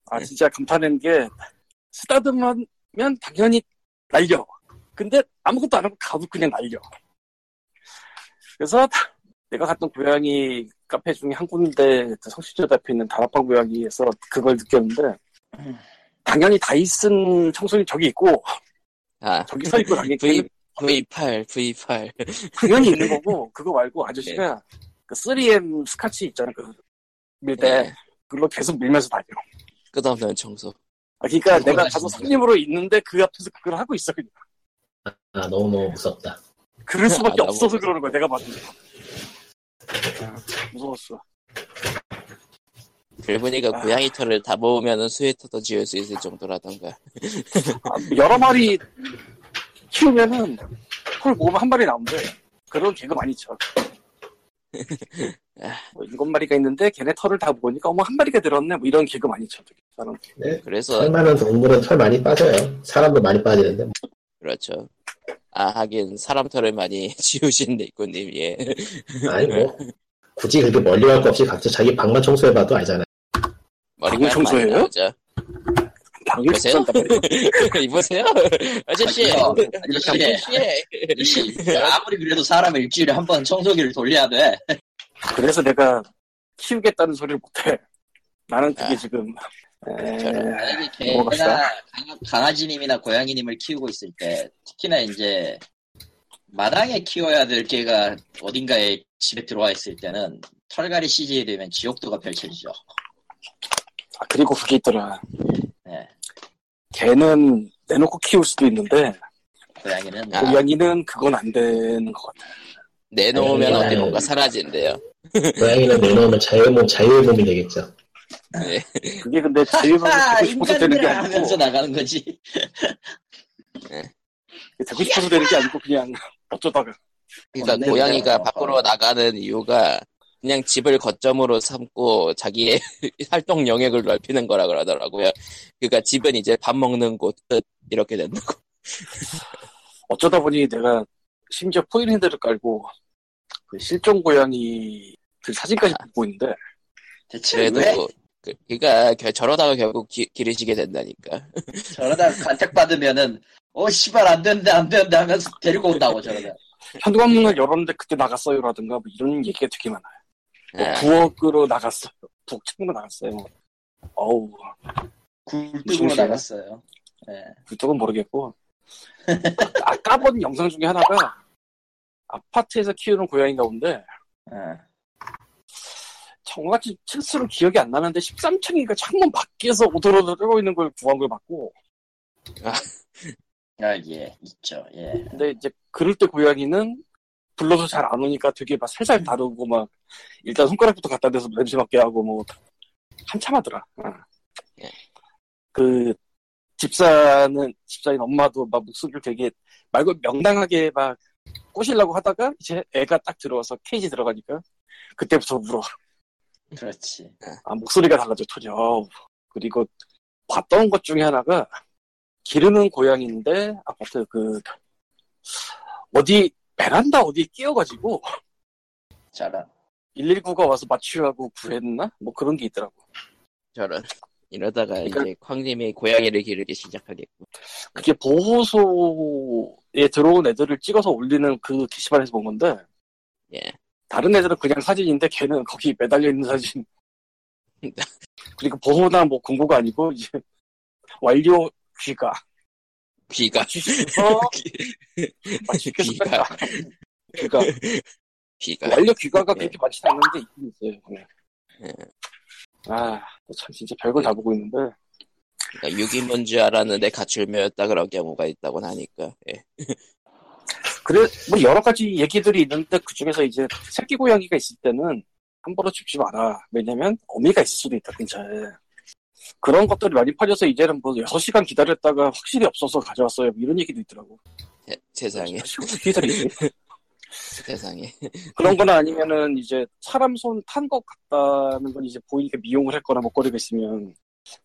[SPEAKER 4] 아 진짜 감탄한 게 쓰다듬으면 당연히 날려. 근데 아무것도 안 하고 가도 그냥 날려. 그래서 내가 갔던 고양이 카페 중에 한 군데 그 성실적 앞에 있는 다락방 고양이에서 그걸 느꼈는데 음. 당연히 다이슨 청소기 저기 있고
[SPEAKER 1] 아
[SPEAKER 4] 저기 서 있고 당연히,
[SPEAKER 1] V V8 V8. [LAUGHS]
[SPEAKER 4] 당연히
[SPEAKER 1] 네.
[SPEAKER 4] 있는 거고 그거 말고 아저씨가 그 3M 스카치 있잖아 그 밀대
[SPEAKER 1] 예.
[SPEAKER 4] 그걸로 계속 밀면서 다녀.
[SPEAKER 1] 끝없는 청소.
[SPEAKER 4] 아, 그러니까
[SPEAKER 2] 그거
[SPEAKER 4] 내가 가서
[SPEAKER 2] 진짜.
[SPEAKER 4] 손님으로 있는데 그 앞에서 그걸 하고 있어 그냥.
[SPEAKER 3] 아, 너무너무 무섭다.
[SPEAKER 4] 그럴 수밖에
[SPEAKER 1] 아, 나도
[SPEAKER 4] 없어서 그러는 거야. 내가 봤는데. 아, 무서웠어.
[SPEAKER 1] 그러보니까
[SPEAKER 4] 아.
[SPEAKER 1] 고양이 털을 다 모으면은 스웨터도 지을 수 있을 정도라던가.
[SPEAKER 4] 아, 여러 마리 키우면은 털 모으면 한 마리 나온대. 그런 개그
[SPEAKER 1] [LAUGHS]
[SPEAKER 4] 많이 쳐.
[SPEAKER 1] 아.
[SPEAKER 4] 뭐 일곱 마리가 있는데 걔네 털을 다 모으니까 어머 한 마리가 들었네 뭐 이런 개그 많이 쳐. 되게 사람.
[SPEAKER 3] 네.
[SPEAKER 1] 그래서
[SPEAKER 3] 털만한 동물은 털 많이 빠져요. 사람도 많이 빠지는데.
[SPEAKER 1] 그렇죠. 아 하긴 사람 털을 많이 [LAUGHS] 지우신 리꾸님 예.
[SPEAKER 3] 아니, 뭐. 굳이 그렇게 멀리 갈 거 없이 각자 자기 방만 청소해봐도 알잖아요.
[SPEAKER 1] 머리가
[SPEAKER 4] 방울 청소예요?
[SPEAKER 1] 많이 나오죠.
[SPEAKER 4] 방금
[SPEAKER 1] 보세요.
[SPEAKER 4] 쳤단
[SPEAKER 1] [LAUGHS]
[SPEAKER 4] 말이야.
[SPEAKER 1] 이보세요. 아저씨.
[SPEAKER 2] 아니요.
[SPEAKER 1] 네.
[SPEAKER 2] 아저씨.
[SPEAKER 1] 아저씨.
[SPEAKER 2] 이씨, 아무리 그래도 사람은 일주일에 한 번 청소기를 돌려야 돼.
[SPEAKER 4] 그래서 내가 키우겠다는 소리를 못해. 나는 그게
[SPEAKER 1] 아.
[SPEAKER 4] 지금 에,
[SPEAKER 1] 저런.
[SPEAKER 2] 만약에
[SPEAKER 4] 먹어봤어?
[SPEAKER 2] 개나 강아- 강아지님이나 고양이님을 키우고 있을 때 특히나 이제 마당에 키워야 될 개가 어딘가에 집에 들어와 있을 때는 털갈이 시즌이 되면 지옥도가 펼쳐지죠.
[SPEAKER 4] 아, 그리고 그게 있더라.
[SPEAKER 1] 예.
[SPEAKER 2] 네.
[SPEAKER 4] 걔는 내놓고 키울 수도 있는데
[SPEAKER 2] 고양이는
[SPEAKER 1] 아.
[SPEAKER 4] 고양이는 그건 안 되는 것 같아.
[SPEAKER 1] [LAUGHS] 내놓으면
[SPEAKER 3] 아니,
[SPEAKER 1] 어디
[SPEAKER 3] 아니.
[SPEAKER 1] 뭔가 사라진대요.
[SPEAKER 3] 고양이는 내놓으면 자유의 몸, 자유의 몸이 되겠죠.
[SPEAKER 4] 그게 근데 자유롭게
[SPEAKER 1] [LAUGHS]
[SPEAKER 2] 하하,
[SPEAKER 4] 되고 싶어서 되는 게
[SPEAKER 2] 아, 인간이라 하면서
[SPEAKER 4] 아니고
[SPEAKER 2] 나가는 거지.
[SPEAKER 4] 되고 싶어서 되는 게 아니고 그냥 어쩌다가
[SPEAKER 1] 그러니까
[SPEAKER 2] 없네,
[SPEAKER 1] 고양이가
[SPEAKER 2] 그냥.
[SPEAKER 1] 밖으로 나가는 이유가 그냥 집을 거점으로 삼고 자기의 [LAUGHS] 활동 영역을 넓히는 거라 그러더라고요. 그러니까 집은 이제 밥 먹는 곳 끝, 이렇게 된다고. [LAUGHS]
[SPEAKER 4] 어쩌다 보니 내가 심지어 포인핸드를 깔고 그 실종 고양이 그 사진까지
[SPEAKER 1] 아.
[SPEAKER 4] 보고 있는데
[SPEAKER 2] 대체
[SPEAKER 1] 그래도
[SPEAKER 2] 왜
[SPEAKER 1] 그, 그러니까 겨- 저러다가 결국 기, 기르시게 된다니까.
[SPEAKER 2] 저러다 간택받으면은 어 씨발 안 된다 안 된다 하면서 데리고 온다고 저러다
[SPEAKER 4] 현관문을 열었는데 그때 나갔어요라든가 뭐 이런 얘기가 되게 많아요. 뭐
[SPEAKER 1] 아,
[SPEAKER 4] 부엌으로 나갔어요. [LAUGHS] 부엌 창문 나갔어요. 어우
[SPEAKER 2] 굴뚝으로
[SPEAKER 4] 무슨
[SPEAKER 2] 나갔어요. 예.
[SPEAKER 4] 그쪽은 모르겠고 아까 본 영상 중에 하나가 아파트에서 키우는 고양이 가운데
[SPEAKER 2] 예.
[SPEAKER 4] 정확히 실수로 기억이 안 나는데 13층이니까 창문 밖에서 오돌오돌 고 있는 걸 구한 걸 봤고
[SPEAKER 2] 아, 예, 있죠, 예.
[SPEAKER 4] 근데 이제 그럴 때 고양이는 불러서 잘 안 오니까 되게 막 살살 다루고 막 일단 손가락부터 갖다 대서 냄새 맡게 하고 뭐 한참 하더라. 어.
[SPEAKER 1] 예.
[SPEAKER 4] 그 집사는 집사인 엄마도 막 목소리를 되게 말고 명랑하게 막 꼬시려고 하다가 이제 애가 딱 들어와서 케이지 들어가니까 그때부터 울어.
[SPEAKER 2] 그렇지.
[SPEAKER 4] 아, 목소리가 달라져 전혀. 그리고 봤던 것 중에 하나가 기르는 고양이인데 아파트 그 어디 베란다 어디 끼어가지고
[SPEAKER 2] 잘한.
[SPEAKER 4] 119가 와서 마취하고 구했나? 뭐 그런 게 있더라고.
[SPEAKER 1] 저런. 이러다가
[SPEAKER 4] 그러니까-
[SPEAKER 1] 이제 쾅님이 고양이를 기르기 시작하겠고.
[SPEAKER 4] 그게 보호소에 들어온 애들을 찍어서 올리는 그 게시판에서 본 건데
[SPEAKER 1] 예.
[SPEAKER 4] 다른 애들은 그냥 사진인데 걔는 거기 매달려 있는 사진. 그리고 보호나 뭐 공고가 아니고 이제 완료 귀가
[SPEAKER 1] 귀가.
[SPEAKER 4] 주셔서 맛있게
[SPEAKER 1] [LAUGHS] 귀가.
[SPEAKER 4] 다 아, 귀가
[SPEAKER 1] 귀가.
[SPEAKER 4] 원래 귀가가
[SPEAKER 1] 예.
[SPEAKER 4] 그렇게 많지 않은데 있긴 있어요. 그냥.
[SPEAKER 1] 예.
[SPEAKER 4] 아참 진짜 별걸 다 보고 있는데
[SPEAKER 1] 그러니까 유기문 줄 알았는데 가출묘였다 그런 경우가 있다고 하니까. 예.
[SPEAKER 4] 그래 뭐 여러 가지 얘기들이 있는데 그 중에서 이제 새끼 고양이가 있을 때는 함부로 줍지 마라. 왜냐면 어미가 있을 수도 있다 근처에. 그런 것들이 많이 팔려서 이제는 뭐 6시간 기다렸다가 확실히 없어서 가져왔어요. 뭐 이런
[SPEAKER 1] [LAUGHS]
[SPEAKER 4] 얘기도 있더라고.
[SPEAKER 1] 세- 세상에.
[SPEAKER 4] 기다리지.
[SPEAKER 1] 세상에. [LAUGHS]
[SPEAKER 4] 그런 거나 아니면은 이제 사람 손 탄 것 같다는 건 이제 보이니까 미용을 했거나 먹거리가 있으면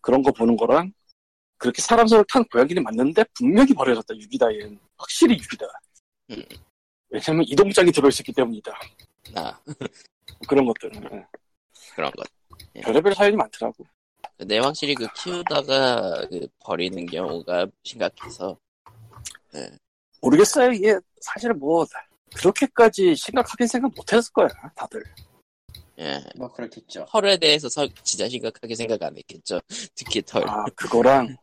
[SPEAKER 4] 그런 거 보는 거랑 그렇게 사람 손을 탄 고양이는 맞는데 분명히 버려졌다 유기다 얘는 확실히 유기다
[SPEAKER 1] 음.
[SPEAKER 4] 왜냐면 이동장이 들어있었기 때문이다
[SPEAKER 1] 아,
[SPEAKER 4] 그런 것들은 예.
[SPEAKER 1] 그런 것.
[SPEAKER 4] 별의별 사연이 많더라고
[SPEAKER 1] 근데 확실히 그 키우다가 그 버리는 경우가 심각해서.
[SPEAKER 4] 모르겠어요 이게 사실 뭐 그렇게까지 심각하게 생각 못했을 거야 다들
[SPEAKER 1] 예.
[SPEAKER 2] 뭐, 그렇겠죠.
[SPEAKER 1] 털에 대해서 서- 진짜 심각하게 생각 안 했겠죠. [LAUGHS] 특히 털.
[SPEAKER 4] 아 그거랑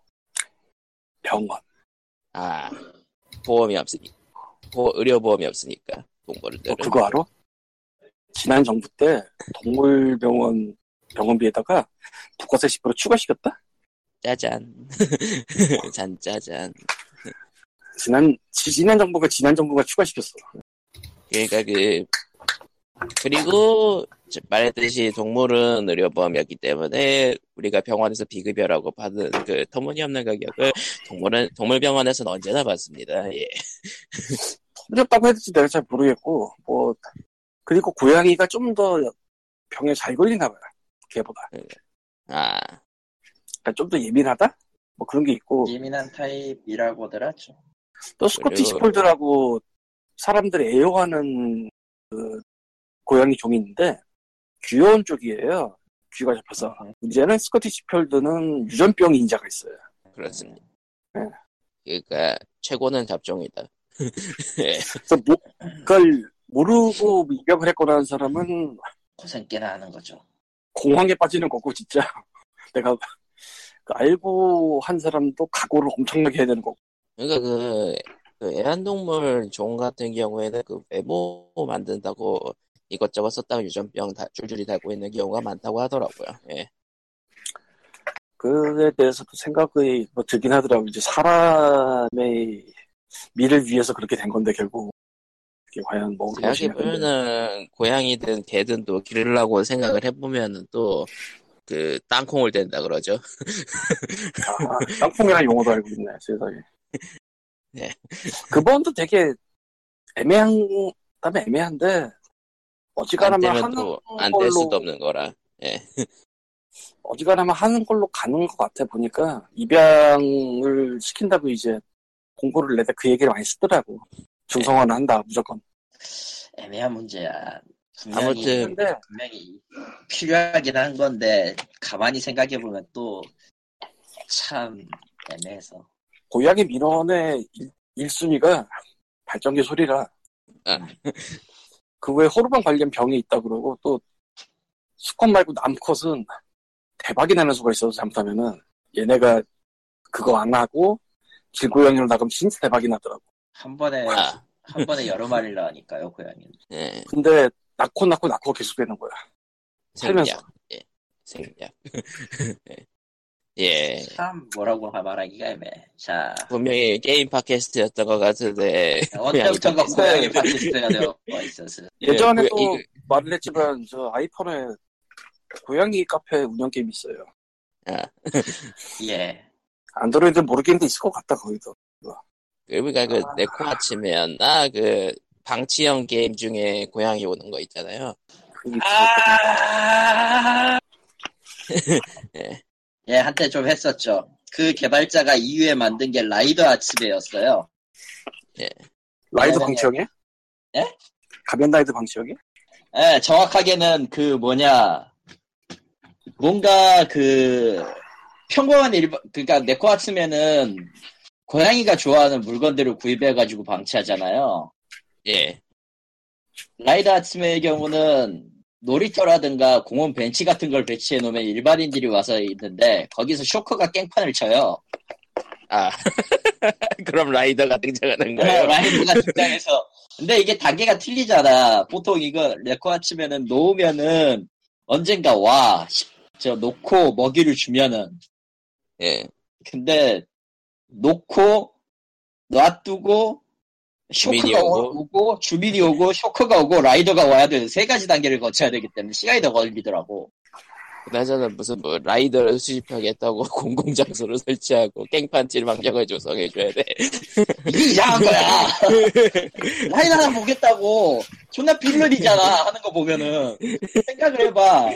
[SPEAKER 4] 병원
[SPEAKER 1] 아, 보험이 없으니까. 보, 의료보험이 없으니까. 동물들은.
[SPEAKER 4] 너 어, 그거 알아? 지난 정부 때 동물병원 병원비에다가 부가세 10% 추가시켰다?
[SPEAKER 1] 짜잔. [LAUGHS] 잔 짜잔.
[SPEAKER 4] 지난 지- 지난 정부가 지난 정부가 추가시켰어.
[SPEAKER 1] 그러니까 그 그리고 저- 말했듯이 동물은 의료보험이었기 때문에 우리가 병원에서 비급여라고 받은 그 터무니없는 가격을 동물은 동물병원에서는 언제나 받습니다. 예.
[SPEAKER 4] 터졌다고 해야 될지 내가 잘 모르겠고 뭐 그리고 고양이가 좀 더 병에 잘 걸리나 봐요. 걔보다 그러니까
[SPEAKER 1] 아
[SPEAKER 4] 좀 더 예민하다? 뭐 그런 게 있고
[SPEAKER 2] 예민한 타입이라고들 하죠.
[SPEAKER 4] 또 스코티시 폴드라고 사람들이 애용하는 그 고양이 종이 있는데 귀여운 쪽이에요. 귀가 잡혀서
[SPEAKER 2] 음.
[SPEAKER 4] 문제는 스코티시 폴드는 유전병 인자가 있어요.
[SPEAKER 1] 그렇습니다.
[SPEAKER 4] 네.
[SPEAKER 1] 그러니까 최고는 잡종이다. 예.
[SPEAKER 4] 그래서 뭐, 그걸 모르고 입양을 했거나 하는 사람은
[SPEAKER 2] 고생 꽤나 하는 거죠.
[SPEAKER 4] 공황에 빠지는 거고 진짜 [LAUGHS] 내가 그 알고 한 사람도 각오를 엄청나게 해야 되는 거고
[SPEAKER 1] 그러니까 그, 그 애완동물 종 같은 경우에는 그 외모 만든다고 이것저것 썼다가 유전병 다 줄줄이 달고 있는 경우가 많다고 하더라고요. 예.
[SPEAKER 4] 그에 대해서도 생각이 뭐 들긴 하더라고 이제 사람의 미를 위해서 그렇게 된 건데 결국 이게 과연 뭐
[SPEAKER 1] 생각해보면은 고양이든 개든 또 기르려고 생각을 해보면은 또 그 땅콩을 댄다 그러죠.
[SPEAKER 4] 아, 땅콩이란 용어도 알고 있네, 세상에.
[SPEAKER 1] [LAUGHS] 네.
[SPEAKER 4] 그번도 되게 애매한 참 애매한데
[SPEAKER 1] 안
[SPEAKER 4] 어지간하면
[SPEAKER 1] 되면
[SPEAKER 4] 하는
[SPEAKER 1] 또 안 될
[SPEAKER 4] 걸로
[SPEAKER 1] 수도 없는 거라.
[SPEAKER 4] 어지간하면 하는 걸로 가는 것 같아 보니까 입양을 시킨다고 이제 공고를 내다 그 얘기를 많이 쓰더라고 중성화는 한다 무조건
[SPEAKER 2] 애매한 문제야. 분명히,
[SPEAKER 1] 아무튼
[SPEAKER 4] 근데
[SPEAKER 2] 분명히 필요하긴 한 건데 가만히 생각해 보면 또 참 애매해서.
[SPEAKER 4] 고양이 민원의 1, 순위가 발전기 소리라
[SPEAKER 1] 아.
[SPEAKER 4] [LAUGHS] 그 외에 호르몬 관련 병이 있다 그러고 또 수컷 말고 남컷은 대박이 나는 수가 있어서 잘못하면은 얘네가 그거 안 하고 길고양이로 나가면 진짜 대박이 나더라고
[SPEAKER 2] 한
[SPEAKER 4] 네.
[SPEAKER 2] 번에
[SPEAKER 1] 아,
[SPEAKER 2] 한 번에 여러 마리를 낳으니까요 고양이는.
[SPEAKER 1] 예.
[SPEAKER 4] 근데 낳고 낳고 낳고 계속 되는 거야 살면서.
[SPEAKER 1] 생략. 예. 생략. [LAUGHS] 예.
[SPEAKER 2] 참 뭐라고 말하기가 애매. 자
[SPEAKER 1] 분명히 게임 팟캐스트였던 것 같은데.
[SPEAKER 2] 언제부턴가
[SPEAKER 1] 뭐, 고양이
[SPEAKER 2] 고양이
[SPEAKER 1] 팟캐스트.
[SPEAKER 2] 팟캐스트가 되어 있었어.
[SPEAKER 4] 예전에
[SPEAKER 1] 예,
[SPEAKER 4] 또
[SPEAKER 1] 고양- 이거-
[SPEAKER 4] 말을 했지만 저 아이폰에 고양이 카페 운영 게임 있어요.
[SPEAKER 2] 예.
[SPEAKER 4] 안드로이드 모르겠는데 있을 것 같다 거기도.
[SPEAKER 1] 그러니까 그
[SPEAKER 4] 아.
[SPEAKER 1] 네코 아침이었나 그 방치형 게임 중에 고양이 오는 거 있잖아요.
[SPEAKER 4] 그게
[SPEAKER 2] 아~
[SPEAKER 1] 예.
[SPEAKER 2] 예, 한때 좀 했었죠. 그 개발자가 이후에 만든 게 라이더 아츠베였어요.
[SPEAKER 4] 라이드
[SPEAKER 1] 어,
[SPEAKER 2] 네.
[SPEAKER 4] 방치형에?
[SPEAKER 2] 예?
[SPEAKER 4] 가면 라이드 방치형에?
[SPEAKER 2] 예, 정확하게는 그 뭐냐, 뭔가 그 평범한 일반, 그니까 네코 아츠메는 고양이가 좋아하는 물건들을 구입해가지고 방치하잖아요.
[SPEAKER 1] 예. [LAUGHS]
[SPEAKER 2] 라이더 아츠메의 경우는 놀이터라든가 공원 벤치 같은 걸 배치해 놓으면 일반인들이 와서 있는데 거기서 쇼커가 깽판을 쳐요.
[SPEAKER 1] 아 그럼 라이더가 등장하는
[SPEAKER 2] 네,
[SPEAKER 1] 거예요.
[SPEAKER 2] 라이브가 등장해서. 근데 이게 단계가 틀리잖아. 보통 이거 레코아 치면은 놓으면은 언젠가 와. 저 놓고 먹이를 주면은.
[SPEAKER 1] 예.
[SPEAKER 2] 근데 놓고 놔두고
[SPEAKER 1] 주민이
[SPEAKER 2] 쇼크가
[SPEAKER 1] 오고.
[SPEAKER 2] 오고. 주민이 오고 쇼크가 오고 라이더가 와야 되는 세 가지 단계를 거쳐야 되기 때문에 시간이 더 걸리더라고.
[SPEAKER 1] 그나저나 무슨 뭐 라이더를 수집하겠다고 [LAUGHS] 공공장소를 설치하고 깽판질 망령을 조성해줘야 돼.
[SPEAKER 2] 이게 이상한 거야. 라이더 하나 보겠다고 존나 빌런이잖아 하는 거 보면은 생각을 해봐.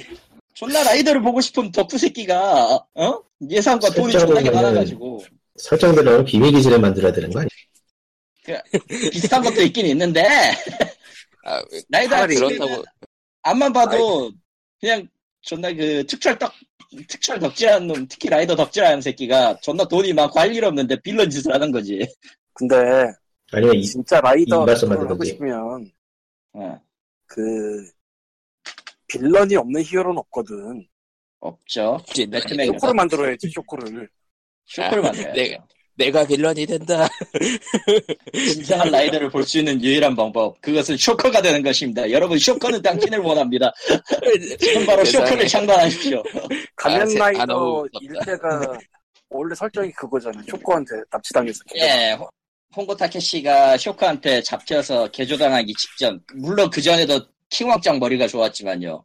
[SPEAKER 2] 존나 라이더를 보고 싶은 덕후 새끼가 어? 예산과 돈이 존나게
[SPEAKER 3] 실제로는-
[SPEAKER 2] 많아가지고
[SPEAKER 3] 설정대로 비밀 기지를 만들어야 되는 거 아니야?
[SPEAKER 2] 비슷한 것도 있긴 있는데
[SPEAKER 1] 아,
[SPEAKER 2] 라이더
[SPEAKER 1] 차라리
[SPEAKER 2] 아침에는
[SPEAKER 1] 그렇다고
[SPEAKER 2] 앞만 봐도 그냥 존나 그 특철 떡 특철 덕질하는 놈 특히 라이더 덕질하는 새끼가 존나 돈이 막 관리 없는데 빌런 짓을 하는 거지.
[SPEAKER 4] 근데
[SPEAKER 3] 아니면 이,
[SPEAKER 4] 진짜 라이더
[SPEAKER 3] 이 말씀
[SPEAKER 4] 그걸 하고
[SPEAKER 3] 만들던지.
[SPEAKER 4] 싶으면
[SPEAKER 2] 어,
[SPEAKER 4] 그 빌런이 없는 히어로는 없거든.
[SPEAKER 2] 없죠.
[SPEAKER 1] 진짜
[SPEAKER 2] 배트맨
[SPEAKER 4] 쇼크로 만들어야지
[SPEAKER 1] [LAUGHS]
[SPEAKER 4] 쇼크를.
[SPEAKER 2] 쇼크를
[SPEAKER 1] 아,
[SPEAKER 2] 그 만들어야
[SPEAKER 1] [LAUGHS] 내가- 내가 빌런이 된다. [LAUGHS]
[SPEAKER 2] 진정한 라이더를 볼 수 있는 유일한 방법 그것은 쇼커가 되는 것입니다 여러분 쇼커는 당신을 원합니다 지금 바로
[SPEAKER 1] 세상에.
[SPEAKER 2] 쇼커를 창단하십시오
[SPEAKER 1] 아,
[SPEAKER 4] 가면
[SPEAKER 1] 세- 아,
[SPEAKER 4] 라이더
[SPEAKER 1] 너무
[SPEAKER 4] 일대가 원래 설정이 그거잖아. 쇼크한테 납치당했어.
[SPEAKER 2] [LAUGHS] 예 호- 홍고 타케시가 쇼커한테 잡혀서 개조당하기 직전 물론 그전에도 킹왕짱 머리가 좋았지만요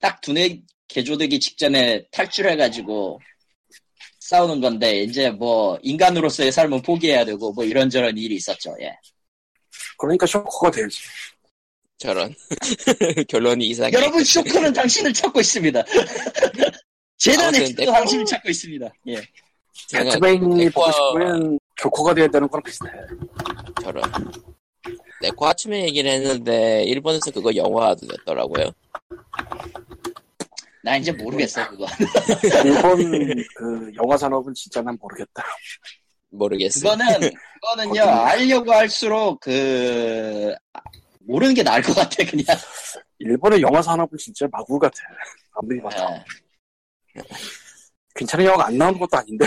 [SPEAKER 2] 딱 두뇌 개조되기 직전에 탈출해가지고 싸우는 건데 이제 뭐 인간으로서의 삶은 포기해야 되고 뭐 이런저런 일이 있었죠 예
[SPEAKER 4] 그러니까 쇼크가 되지.
[SPEAKER 1] 저런 [LAUGHS] 결론이 이상해.
[SPEAKER 2] 여러분 쇼크는 당신을 찾고 있습니다. 재단의
[SPEAKER 1] 아무튼
[SPEAKER 2] 쇼크
[SPEAKER 1] 내 거-
[SPEAKER 2] 당신을 찾고 있습니다. 예.
[SPEAKER 1] 제가
[SPEAKER 4] 배트맨이
[SPEAKER 1] 내꺼-
[SPEAKER 4] 보고 싶으면 교코가 돼야 되는 거랑 비슷해.
[SPEAKER 1] 저런. 네, 과춤에 얘기를 했는데 일본에서 그거 영화화도 됐더라고요.
[SPEAKER 2] 나 이제 모르겠어 그거.
[SPEAKER 1] [LAUGHS]
[SPEAKER 4] 일본 그 영화 산업은 진짜 난 모르겠다.
[SPEAKER 1] 모르겠어.
[SPEAKER 2] 그거는 그거는요 알려고 할수록 그 아, 모르는 게 나을 것 같아 그냥.
[SPEAKER 4] 일본의 영화 산업은 진짜 마구 같아. 아무리 봐도
[SPEAKER 2] 예.
[SPEAKER 4] 괜찮은 영화가 안 나오는 것도 아닌데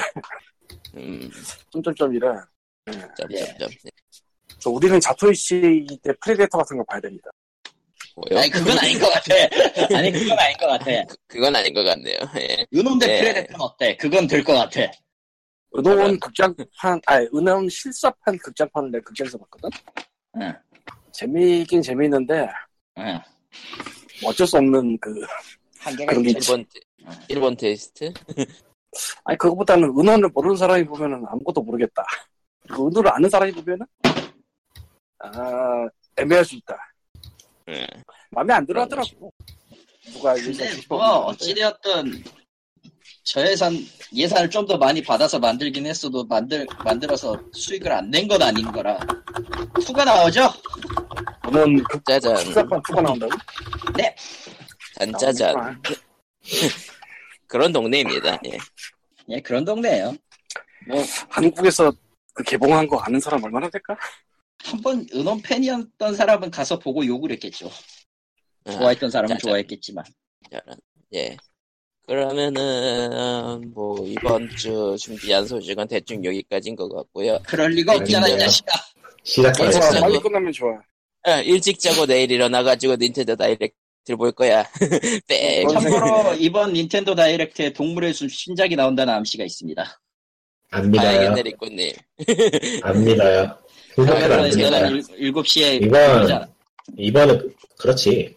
[SPEAKER 1] 음,
[SPEAKER 4] 점점점이라.
[SPEAKER 1] 점점점.
[SPEAKER 2] 예.
[SPEAKER 4] 그래서 우리는 자토이치 때 프리데이터 같은 거 봐야 됩니다.
[SPEAKER 1] 뭐요?
[SPEAKER 2] 아니 그건 아닌 것 같아. 아니 그건 아닌 것 같아.
[SPEAKER 1] 그건 아닌 것 같네요. 예.
[SPEAKER 2] 요놈 대
[SPEAKER 1] 예.
[SPEAKER 2] 프레데터는 어때? 그건 될 것 같아.
[SPEAKER 4] 은호원 극장판, [LAUGHS] 아니 은호원 실사판 극장판을 내가 극장에서 봤거든. 예.
[SPEAKER 2] 응.
[SPEAKER 4] 재미있긴 재미있는데
[SPEAKER 2] 응.
[SPEAKER 4] 뭐 어쩔 수 없는 그
[SPEAKER 2] 한계가
[SPEAKER 4] 그럼
[SPEAKER 2] 있지.
[SPEAKER 1] 일본 일본 테스트?
[SPEAKER 4] 아니 그거보다는 은어를 모르는 사람이 보면은 아무것도 모르겠다. 그리고 은어를 아는 사람이 보면은 아 애매할 수 있다.
[SPEAKER 1] 예.
[SPEAKER 4] 마음에 안 들어 하더라고. 누가
[SPEAKER 2] 근데
[SPEAKER 4] 예산
[SPEAKER 2] 뭐 어찌되었든 저 예산 예산을 좀 더 많이 받아서 만들긴 했어도 만들 만들어서 수익을 안 낸 건 아닌 거라 투가 나오죠?
[SPEAKER 4] 저는 그
[SPEAKER 1] 짜잔,
[SPEAKER 4] 국사판 투가 나온다고?
[SPEAKER 1] 단짜잔. [LAUGHS] 그런 동네입니다. 예.
[SPEAKER 2] 예 그런 동네예요.
[SPEAKER 4] 한국에서 그 개봉한 거 아는 사람 얼마나 될까?
[SPEAKER 2] 한 번 은원 팬이었던 사람은 가서 보고 욕을 했겠죠.
[SPEAKER 1] 아,
[SPEAKER 2] 좋아했던 사람은
[SPEAKER 1] 짜잔.
[SPEAKER 2] 좋아했겠지만
[SPEAKER 1] 저런. 예. 그러면은 뭐 이번 주 준비한 소식은 대충 여기까지인 것 같고요.
[SPEAKER 2] 그럴 리가 없잖아 이
[SPEAKER 3] 아닌데요.
[SPEAKER 2] 자식아.
[SPEAKER 3] 시작해야
[SPEAKER 1] 벌써
[SPEAKER 4] 아,
[SPEAKER 1] 그래서
[SPEAKER 3] 돼.
[SPEAKER 4] 빨리
[SPEAKER 1] 뭐-
[SPEAKER 4] 끝나면 좋아.
[SPEAKER 1] 아, 일찍 자고 내일 일어나가지고 닌텐도 다이렉트를 볼 거야. [LAUGHS] 뺑.
[SPEAKER 2] 참고로 이번 닌텐도 다이렉트에 동물의 숲 신작이 나온다는 암시가 있습니다.
[SPEAKER 3] 안 믿어요.
[SPEAKER 1] 봐야겠네 리코님. [LAUGHS]
[SPEAKER 3] 안 믿어요. 생각해도
[SPEAKER 1] 그러면은
[SPEAKER 3] 안 믿어요.
[SPEAKER 2] 저는 7시에
[SPEAKER 3] 이번, 이번은, 그렇지.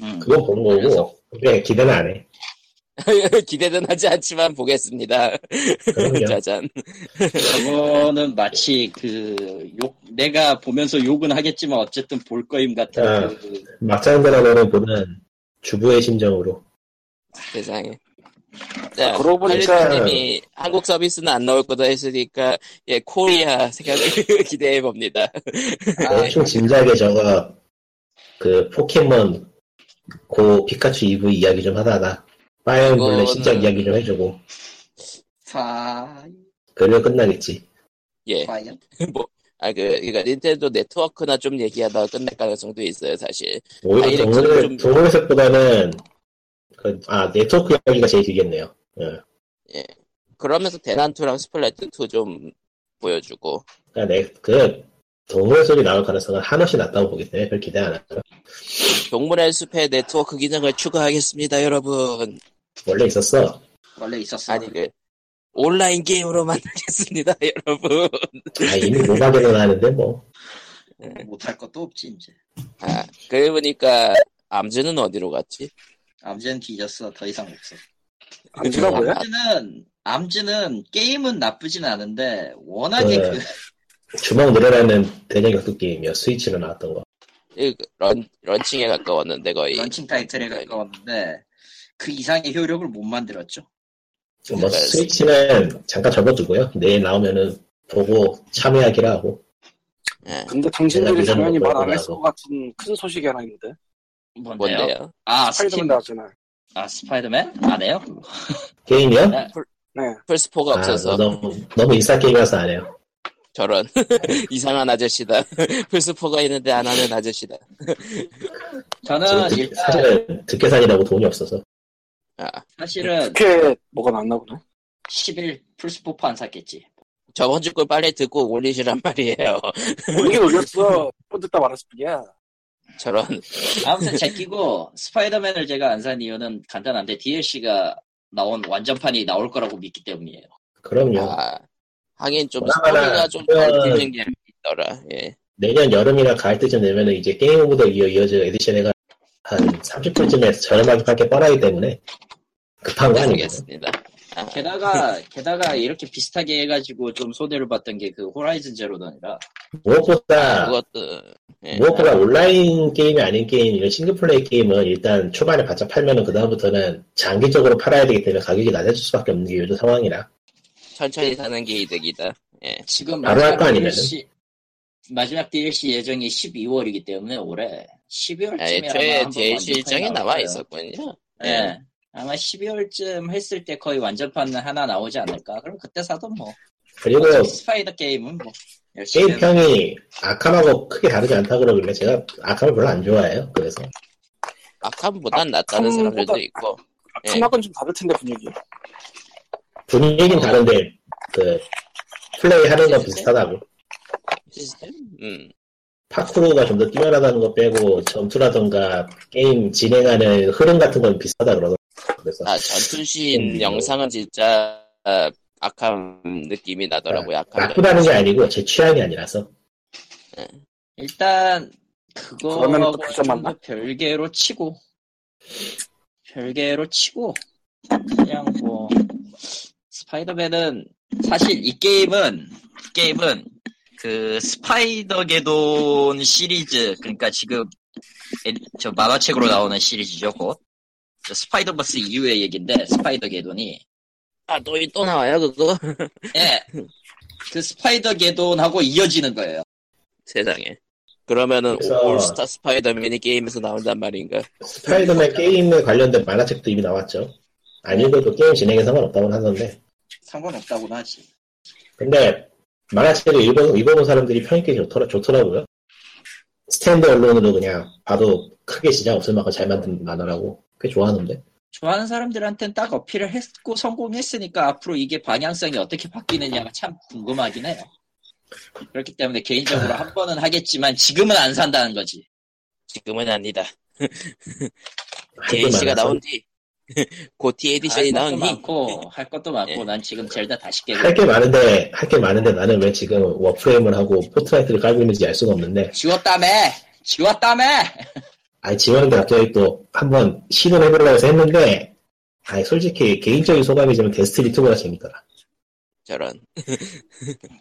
[SPEAKER 2] 음.
[SPEAKER 3] 그건 본 거고. 근데 기대는 안 해.
[SPEAKER 1] 기대는 하지 않지만 보겠습니다.
[SPEAKER 3] 그럼요.
[SPEAKER 1] [LAUGHS] 짜잔.
[SPEAKER 2] 저거는 마치 그 욕, 내가 보면서 욕은 하겠지만 어쨌든 볼 거임 같은
[SPEAKER 3] 아.
[SPEAKER 2] 그,
[SPEAKER 3] 막장 드라마를 보는 주부의 심정으로.
[SPEAKER 1] 세상에. 자,
[SPEAKER 4] 아, 그러고 보니까-
[SPEAKER 1] 할리님이 한국 서비스는 안 나올 거다 했으니까 예 코리아 생각을 [LAUGHS] 기대해 봅니다. 아,
[SPEAKER 3] 대충 네, 짐작에 저거, 그, 포켓몬, 고, 피카츄 EV 이야기 좀 하다가, 파이어블랙
[SPEAKER 1] 그거는-
[SPEAKER 3] 신작 이야기 좀 해주고,
[SPEAKER 2] 파,
[SPEAKER 3] 그러면 끝나겠지.
[SPEAKER 1] 예.
[SPEAKER 2] 과연.
[SPEAKER 1] [LAUGHS] 뭐, 아, 그, 그니까, 닌텐도 네트워크나 좀 얘기하다가 끝날 가능성도 있어요, 사실.
[SPEAKER 3] 오히려
[SPEAKER 1] 아, 다이렉트는 좀-
[SPEAKER 3] 동물, 동물색보다는, 그, 아, 네트워크 이야기가 제일 길겠네요. 예.
[SPEAKER 1] 그러면서 대난투랑 스플래툰2 좀 보여주고.
[SPEAKER 3] 그러니까 내, 그, 동물 소리 나올 가능성은 한없이 낮다고 보기 때문에 별 기대 안 하고.
[SPEAKER 1] 동물의 숲에 네트워크 기능을 추가하겠습니다, 여러분.
[SPEAKER 3] 원래 있었어.
[SPEAKER 2] 원래 있었어.
[SPEAKER 1] 아니, 그, 온라인 게임으로 만나겠습니다, [LAUGHS] 여러분.
[SPEAKER 3] 아, 이미 못하게는 하는데, 뭐.
[SPEAKER 2] 못할 것도 없지, 이제.
[SPEAKER 1] 아, 그래 보니까, 암즈는 어디로 갔지?
[SPEAKER 2] 암즈는 뒤졌어. 더 이상 없어.
[SPEAKER 4] 암지가 뭐야?
[SPEAKER 2] 암즈는, 암즈는 게임은 나쁘진 않은데, 워낙에
[SPEAKER 3] 네.
[SPEAKER 2] 그,
[SPEAKER 3] 주먹 늘어나는 대전 격투 게임이요. 스위치로 나왔던 거.
[SPEAKER 1] 이 그, 런, 런칭에 가까웠는데, 거의.
[SPEAKER 2] 런칭 타이틀에 가까웠는데, 그 이상의 효력을 못 만들었죠.
[SPEAKER 3] 뭐,
[SPEAKER 1] 그러니까
[SPEAKER 3] 스위치는 잠깐 접어두고요. 내일 나오면은 보고 참여하기로 하고.
[SPEAKER 1] 예,
[SPEAKER 4] 근데 당신들이
[SPEAKER 3] 내가
[SPEAKER 4] 당연히
[SPEAKER 3] 믿어보고
[SPEAKER 4] 말 안
[SPEAKER 3] 뭐라고.
[SPEAKER 4] 했을 것 같은 큰 소식이 하나 있는데
[SPEAKER 2] 뭔데요?
[SPEAKER 1] 뭔데요?
[SPEAKER 2] 아,
[SPEAKER 4] 스파이더맨
[SPEAKER 2] 스팀,
[SPEAKER 4] 나왔잖아.
[SPEAKER 2] 아, 스파이더맨? 안 해요?
[SPEAKER 3] 게임이요?
[SPEAKER 2] 네,
[SPEAKER 4] 네.
[SPEAKER 1] 플스4가
[SPEAKER 3] 아,
[SPEAKER 1] 없어서,
[SPEAKER 3] 너무, 너무 인싸 게임이라서 안 해요.
[SPEAKER 1] 저런. [LAUGHS] 이상한 아저씨다. [LAUGHS] 플스4가 있는데 안 하는 아저씨다.
[SPEAKER 2] 저는
[SPEAKER 3] 지금
[SPEAKER 1] 예.
[SPEAKER 3] 듣-
[SPEAKER 2] 일단,
[SPEAKER 3] 사실은 득계산이라고 돈이 없어서.
[SPEAKER 1] 아,
[SPEAKER 2] 사실은
[SPEAKER 4] 그게 뭐가 나왔나 보네.
[SPEAKER 2] 10일 플스4 안 샀겠지.
[SPEAKER 1] 저번 주 걸 빨리 듣고 올리시란 [LAUGHS] 말이에요.
[SPEAKER 4] 올리긴 올렸어. 또 듣다 말았을 뿐이야.
[SPEAKER 1] 저런.
[SPEAKER 2] 아무튼 제끼고 스파이더맨을 제가 안 산 이유는 간단한데 DLC가 나온 완전판이 나올 거라고 믿기 때문이에요.
[SPEAKER 3] 그럼요.
[SPEAKER 1] 아, 하긴 좀
[SPEAKER 3] 그나마나
[SPEAKER 1] 스토리가 좀잘
[SPEAKER 3] 그건-
[SPEAKER 1] 되는 게 있더라. 예.
[SPEAKER 3] 내년 여름이나 가을 때쯤 되면 은 이제 게임 오브 더 이어 이어져 에디션에가 한 30분쯤에 저렴하게 팔게 뻔하기 때문에 급한 거 아니에요.
[SPEAKER 1] 알겠습니다. 아,
[SPEAKER 2] 게다가 게다가 이렇게 비슷하게 해가지고 좀 손해를 봤던 게 그 호라이즌 제로던이라
[SPEAKER 3] 무엇보다 뭐?
[SPEAKER 1] 그것도 예.
[SPEAKER 3] 무엇보다 온라인 게임이 아닌 게임, 이런 싱글플레이 게임은 일단 초반에 바짝 팔면은 그다음부터는 장기적으로 팔아야 되기 때문에 가격이 낮아질 수밖에 없는 게 요즘 상황이라.
[SPEAKER 1] 천천히 사는 게 이득이다. 예.
[SPEAKER 2] 지금
[SPEAKER 3] 바로 할거 아니면은?
[SPEAKER 2] DLC 마지막 DLC 예정이 12월이기 때문에 올해 12월쯤에
[SPEAKER 1] 아,
[SPEAKER 2] 아마
[SPEAKER 1] 애초에
[SPEAKER 2] 한번
[SPEAKER 1] 제
[SPEAKER 2] 완전판이
[SPEAKER 1] 실정에
[SPEAKER 2] 나올
[SPEAKER 1] 남아
[SPEAKER 2] 거예요.
[SPEAKER 1] 있었군요.
[SPEAKER 2] 예. 아마 12월쯤 했을 때 거의 완전판 하나 나오지 않을까. 그럼 그때 사도 뭐.
[SPEAKER 3] 그리고
[SPEAKER 2] 어차피 스파이더 게임은 뭐 열심히
[SPEAKER 3] 네. 게임 평이 아캄하고 크게 다르지 않다 그러길래 제가 아캄을 별로 안 좋아해요. 그래서
[SPEAKER 1] 아캄보단 낫다는
[SPEAKER 4] 아캄보다-
[SPEAKER 1] 사람들도 있고. 예.
[SPEAKER 4] 카마건 좀 다를 텐데 분위기.
[SPEAKER 1] 어.
[SPEAKER 3] 분위기는 다른데 그 플레이 하는 건 비슷하다고.
[SPEAKER 1] 시스템? 음.
[SPEAKER 3] 파쿠르가 좀 더 뛰어나다는 거 빼고 전투라던가 게임 진행하는 흐름 같은 건 비슷하다 그러더라고요. 그래서
[SPEAKER 1] 아, 전투신
[SPEAKER 3] 음.
[SPEAKER 1] 영상은 진짜 아, 아캄 느낌이 나더라고요. 아캄.
[SPEAKER 3] 나쁘다는 게 아니고 제 취향이 아니라서
[SPEAKER 2] 일단
[SPEAKER 4] 그러면
[SPEAKER 2] 그거하고
[SPEAKER 4] 또 그저
[SPEAKER 2] 좀
[SPEAKER 4] 만나?
[SPEAKER 2] 더 별개로 치고 별개로 치고 그냥 뭐 스파이더맨은 사실 이 게임은 게임은 그 스파이더 게돈 시리즈 그러니까 지금 애- 저 만화책으로 나오는 시리즈죠 곧저 스파이더버스 이후의 얘긴데 스파이더 개돈이
[SPEAKER 1] 아, 또, 또 나와요, 그거? [LAUGHS]
[SPEAKER 2] 예. 그 스파이더 개돈하고 이어지는 거예요.
[SPEAKER 1] 세상에. 그러면은,
[SPEAKER 3] 그래서-
[SPEAKER 1] 올스타 스파이더맨이 게임에서 나온단 말인가? 음.
[SPEAKER 3] 스파이더맨 게임에 관련된 만화책도 이미 나왔죠. 안 읽어도 게임 진행에 상관없다고는 하던데.
[SPEAKER 2] 상관없다고는 하지.
[SPEAKER 3] 근데 만화책을 읽어, 읽어본 사람들이 평이 꽤 좋더라, 좋더라고요. 스탠드 언론으로 그냥 봐도 크게 지장 없을 만큼 잘 만든 만화라고 꽤 좋아하는데.
[SPEAKER 2] 좋아하는 사람들한테는 딱 어필을 했고 성공했으니까 앞으로 이게 방향성이 어떻게 바뀌느냐가 참 궁금하긴 해요. 그렇기 때문에 개인적으로 한 번은 하겠지만 지금은 안 산다는 거지.
[SPEAKER 1] 지금은 아니다.
[SPEAKER 3] 할
[SPEAKER 1] DLC가
[SPEAKER 3] 것만 해서
[SPEAKER 1] 나온 [LAUGHS] 뒤, 고티 에디션이
[SPEAKER 2] 할 것도
[SPEAKER 1] 나온 뒤,
[SPEAKER 2] 많고 할 것도 많고
[SPEAKER 3] 예.
[SPEAKER 2] 난 지금 젤다 다시 깨고
[SPEAKER 3] 할게 많은데 할 게 많은데 나는 왜 지금 워프레임을 하고 포트나이트를 깔고 있는지 알 수가 없는데
[SPEAKER 2] 지웠다며 지웠다며
[SPEAKER 3] 아니 지원인데 갑자기 또 한번 시도를 해보려고 해서 했는데 아니 솔직히 개인적인 소감이지만 데스티니 2보다 재밌더라
[SPEAKER 1] 저런.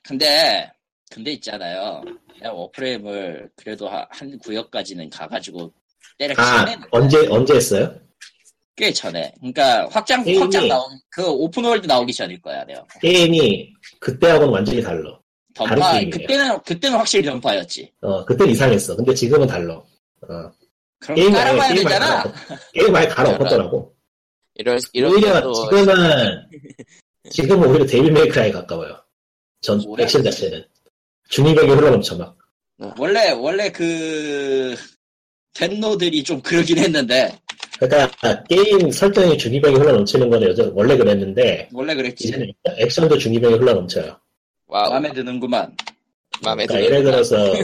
[SPEAKER 2] 근데 근데 있잖아요 그냥 워프레임을 그래도 하- 한 구역까지는 가가지고
[SPEAKER 3] 아
[SPEAKER 2] 때려치는
[SPEAKER 3] 언제 언제 했어요?
[SPEAKER 2] 꽤 전에 그러니까 확장
[SPEAKER 3] 게임이-
[SPEAKER 2] 확장 나온 그 오픈월드 나오기 전일 거야 내가
[SPEAKER 3] 게임이 그때하고는 완전히 달라
[SPEAKER 2] 던파
[SPEAKER 3] 게임이에요.
[SPEAKER 2] 그때는 그때는 확실히 던파였지
[SPEAKER 3] 어 그때 이상했어 근데 지금은 달라 어,
[SPEAKER 2] 그럼
[SPEAKER 3] 아예-
[SPEAKER 2] 따라봐야
[SPEAKER 3] 게임 아예
[SPEAKER 2] 되잖아
[SPEAKER 3] 갈아 엎- 게임 아예 갈아 엎었더라고
[SPEAKER 1] 이럴, 이럴
[SPEAKER 3] 오히려
[SPEAKER 1] 때도
[SPEAKER 2] [LAUGHS]
[SPEAKER 3] 지금은 지금은 오히려 데빌 메이크라에 가까워요 전
[SPEAKER 2] 뭐야?
[SPEAKER 3] 액션 자체는 중이병이 흘러넘쳐 막
[SPEAKER 2] 원래 원래 그 덴노들이 좀 그러긴 했는데
[SPEAKER 3] 그러니까 게임 설정이 중이병이 흘러넘치는 거는 여전 원래 그랬는데
[SPEAKER 2] 원래 그랬지
[SPEAKER 3] 이제는 액션도 중이병이 흘러넘쳐요
[SPEAKER 1] 와우,
[SPEAKER 2] 마음에 드는구만
[SPEAKER 1] 마음에
[SPEAKER 3] 그러니까 예를
[SPEAKER 1] 들어. [LAUGHS]
[SPEAKER 3] 들어서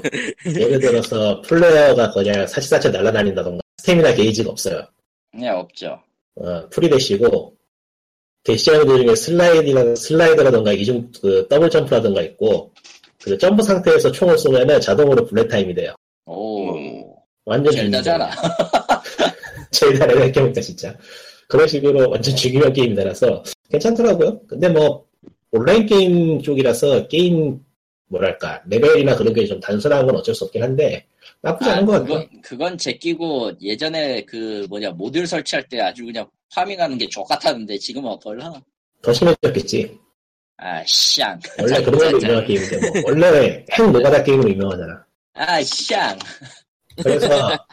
[SPEAKER 3] 예를 들어서 플레이어가 그냥 사치사치 날아다닌다던가 스태미나 게이지가 없어요.
[SPEAKER 2] 네 없죠
[SPEAKER 3] 어, 프리대시고 그 대시하는 중에 슬라이드나 슬라이드라던가 이중 그 더블 점프라던가 있고 그 점프 상태에서 총을 쏘면은 자동으로 블랙 타임이 돼요. 음.
[SPEAKER 2] 오
[SPEAKER 3] 완전
[SPEAKER 2] 젤다잖아
[SPEAKER 3] 제일 [LAUGHS] 다르게 해보니까 진짜 그런 식으로 완전 중요한 게임이라서 괜찮더라고요. 근데 뭐 온라인 게임 쪽이라서 게임 뭐랄까 레벨이나 그런 게 좀 단순한 건 어쩔 수 없긴 한데 나쁘지 않은 것 같아요.
[SPEAKER 2] 그건, 그건 제끼고 예전에 그 뭐냐 모듈 설치할 때 아주 그냥 파밍하는 게 족같았는데 지금은 어떨라나?
[SPEAKER 3] 더 심해졌겠지.
[SPEAKER 2] 아 쌍.
[SPEAKER 3] 원래 그런 걸로 유명한 게임인데 뭐 원래 핵 노가다 게임으로 유명하잖아.
[SPEAKER 2] 아 쌍.
[SPEAKER 3] 그래서
[SPEAKER 2] [LAUGHS]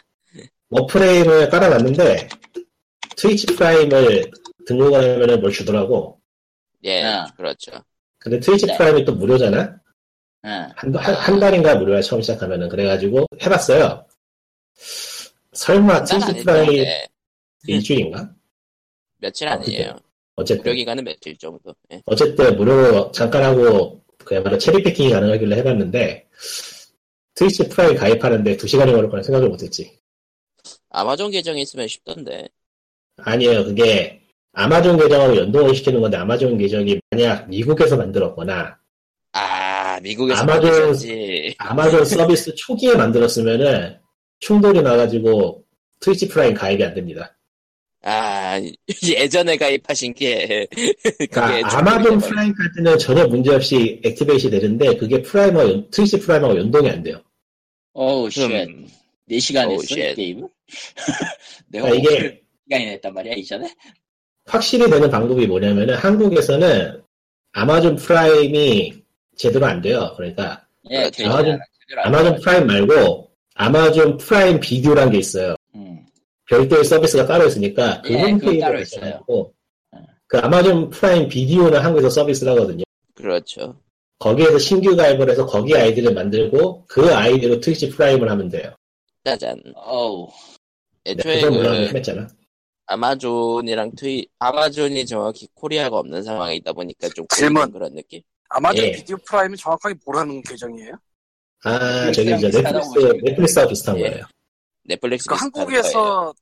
[SPEAKER 3] 워프레임을 깔아놨는데 트위치 프라임을 등록하면 뭘 주더라고.
[SPEAKER 1] 예,
[SPEAKER 2] 아.
[SPEAKER 1] 그렇죠.
[SPEAKER 3] 근데 트위치
[SPEAKER 2] 네.
[SPEAKER 3] 프라임이 또 무료잖아.
[SPEAKER 2] 아,
[SPEAKER 3] 한, 한, 한 달인가 무료야 처음 시작하면은 그래가지고 해봤어요. 설마
[SPEAKER 2] 난
[SPEAKER 3] 트위치
[SPEAKER 1] 아니,
[SPEAKER 3] 프라이
[SPEAKER 1] 근데
[SPEAKER 3] 일주일인가?
[SPEAKER 1] 며칠
[SPEAKER 3] 아, 그때.
[SPEAKER 1] 아니에요. 무료
[SPEAKER 3] 어쨌든
[SPEAKER 1] 기간은 며칠 정도. 예.
[SPEAKER 3] 어쨌든 무료로 잠깐 하고 그야말로 체리 패킹이 가능하길래 해봤는데 트위치 프라이 가입하는데 두 시간이 걸릴 거라 생각을 못했지.
[SPEAKER 1] 아마존 계정이 있으면 쉽던데.
[SPEAKER 3] 아니에요 그게 아마존 계정하고 연동을 시키는 건데 아마존 계정이 만약 미국에서 만들었거나
[SPEAKER 1] 아, 미국에서
[SPEAKER 3] 아마존-
[SPEAKER 1] 만드셨지.
[SPEAKER 3] 아마존 서비스 초기에 만들었으면은 충돌이 나가지고 트위치 프라이 가입이 안 됩니다.
[SPEAKER 1] 아, [LAUGHS] 예전에 가입하신 게 [LAUGHS] 그게
[SPEAKER 3] 그러니까 아마존
[SPEAKER 1] 좀-
[SPEAKER 3] 프라임 카드는 전혀 문제없이 액티베이시 되는데 그게 프라이머 연- 트위치 프라이머하고 연동이 안 돼요.
[SPEAKER 2] 어우 쉣.
[SPEAKER 1] 음,
[SPEAKER 2] 네 시간
[SPEAKER 1] 어우,
[SPEAKER 2] 했어
[SPEAKER 1] 쉣.
[SPEAKER 2] 이 게임? [LAUGHS] 내가
[SPEAKER 3] 그러니까 이게
[SPEAKER 2] 5시간이나 했단 말이야 이전에?
[SPEAKER 3] 확실히 되는 방법이 뭐냐면은 한국에서는 아마존 프라임이 제대로 안 돼요. 그러니까
[SPEAKER 2] 예,
[SPEAKER 1] 그렇죠.
[SPEAKER 2] 되지 않아.
[SPEAKER 3] 아마존-
[SPEAKER 2] 제대로 안
[SPEAKER 3] 아마존
[SPEAKER 2] 돼가지고.
[SPEAKER 3] 프라임 말고 아마존 프라임 비디오란 게 있어요.
[SPEAKER 2] 음.
[SPEAKER 3] 별도의 서비스가 따로 있으니까 그
[SPEAKER 2] 예, 그거
[SPEAKER 3] 홈페이지에
[SPEAKER 2] 따로
[SPEAKER 3] 있어요.
[SPEAKER 2] 있어요.
[SPEAKER 3] 그 아마존 프라임 비디오는 한국에서 서비스를 하거든요.
[SPEAKER 1] 그렇죠.
[SPEAKER 3] 거기에서 신규 가입을 해서 거기 아이디를 만들고 그 아이디로 트위치 프라임을 하면 돼요. 네,
[SPEAKER 1] 짜잔.
[SPEAKER 2] 어우
[SPEAKER 1] 애초에
[SPEAKER 3] 그래서 물론
[SPEAKER 1] 그
[SPEAKER 3] 했잖아.
[SPEAKER 1] 아마존이랑 트위 아마존이 정확히 코리아가 없는 상황에 있다 보니까 좀
[SPEAKER 4] 질문.
[SPEAKER 1] 꼬이는 그런 느낌?
[SPEAKER 4] 아마존
[SPEAKER 3] 예.
[SPEAKER 4] 비디오 프라임이 정확하게 뭐라는 계정이에요?
[SPEAKER 3] 아, 저기 이제
[SPEAKER 2] 넷플릭스랑 네,
[SPEAKER 3] 넷플릭스,
[SPEAKER 2] 비슷하다고
[SPEAKER 3] 넷플릭스와 비슷한
[SPEAKER 1] 예.
[SPEAKER 3] 거예요.
[SPEAKER 1] 넷플릭스
[SPEAKER 4] 그
[SPEAKER 1] 비슷한 거예요.
[SPEAKER 4] 한국에서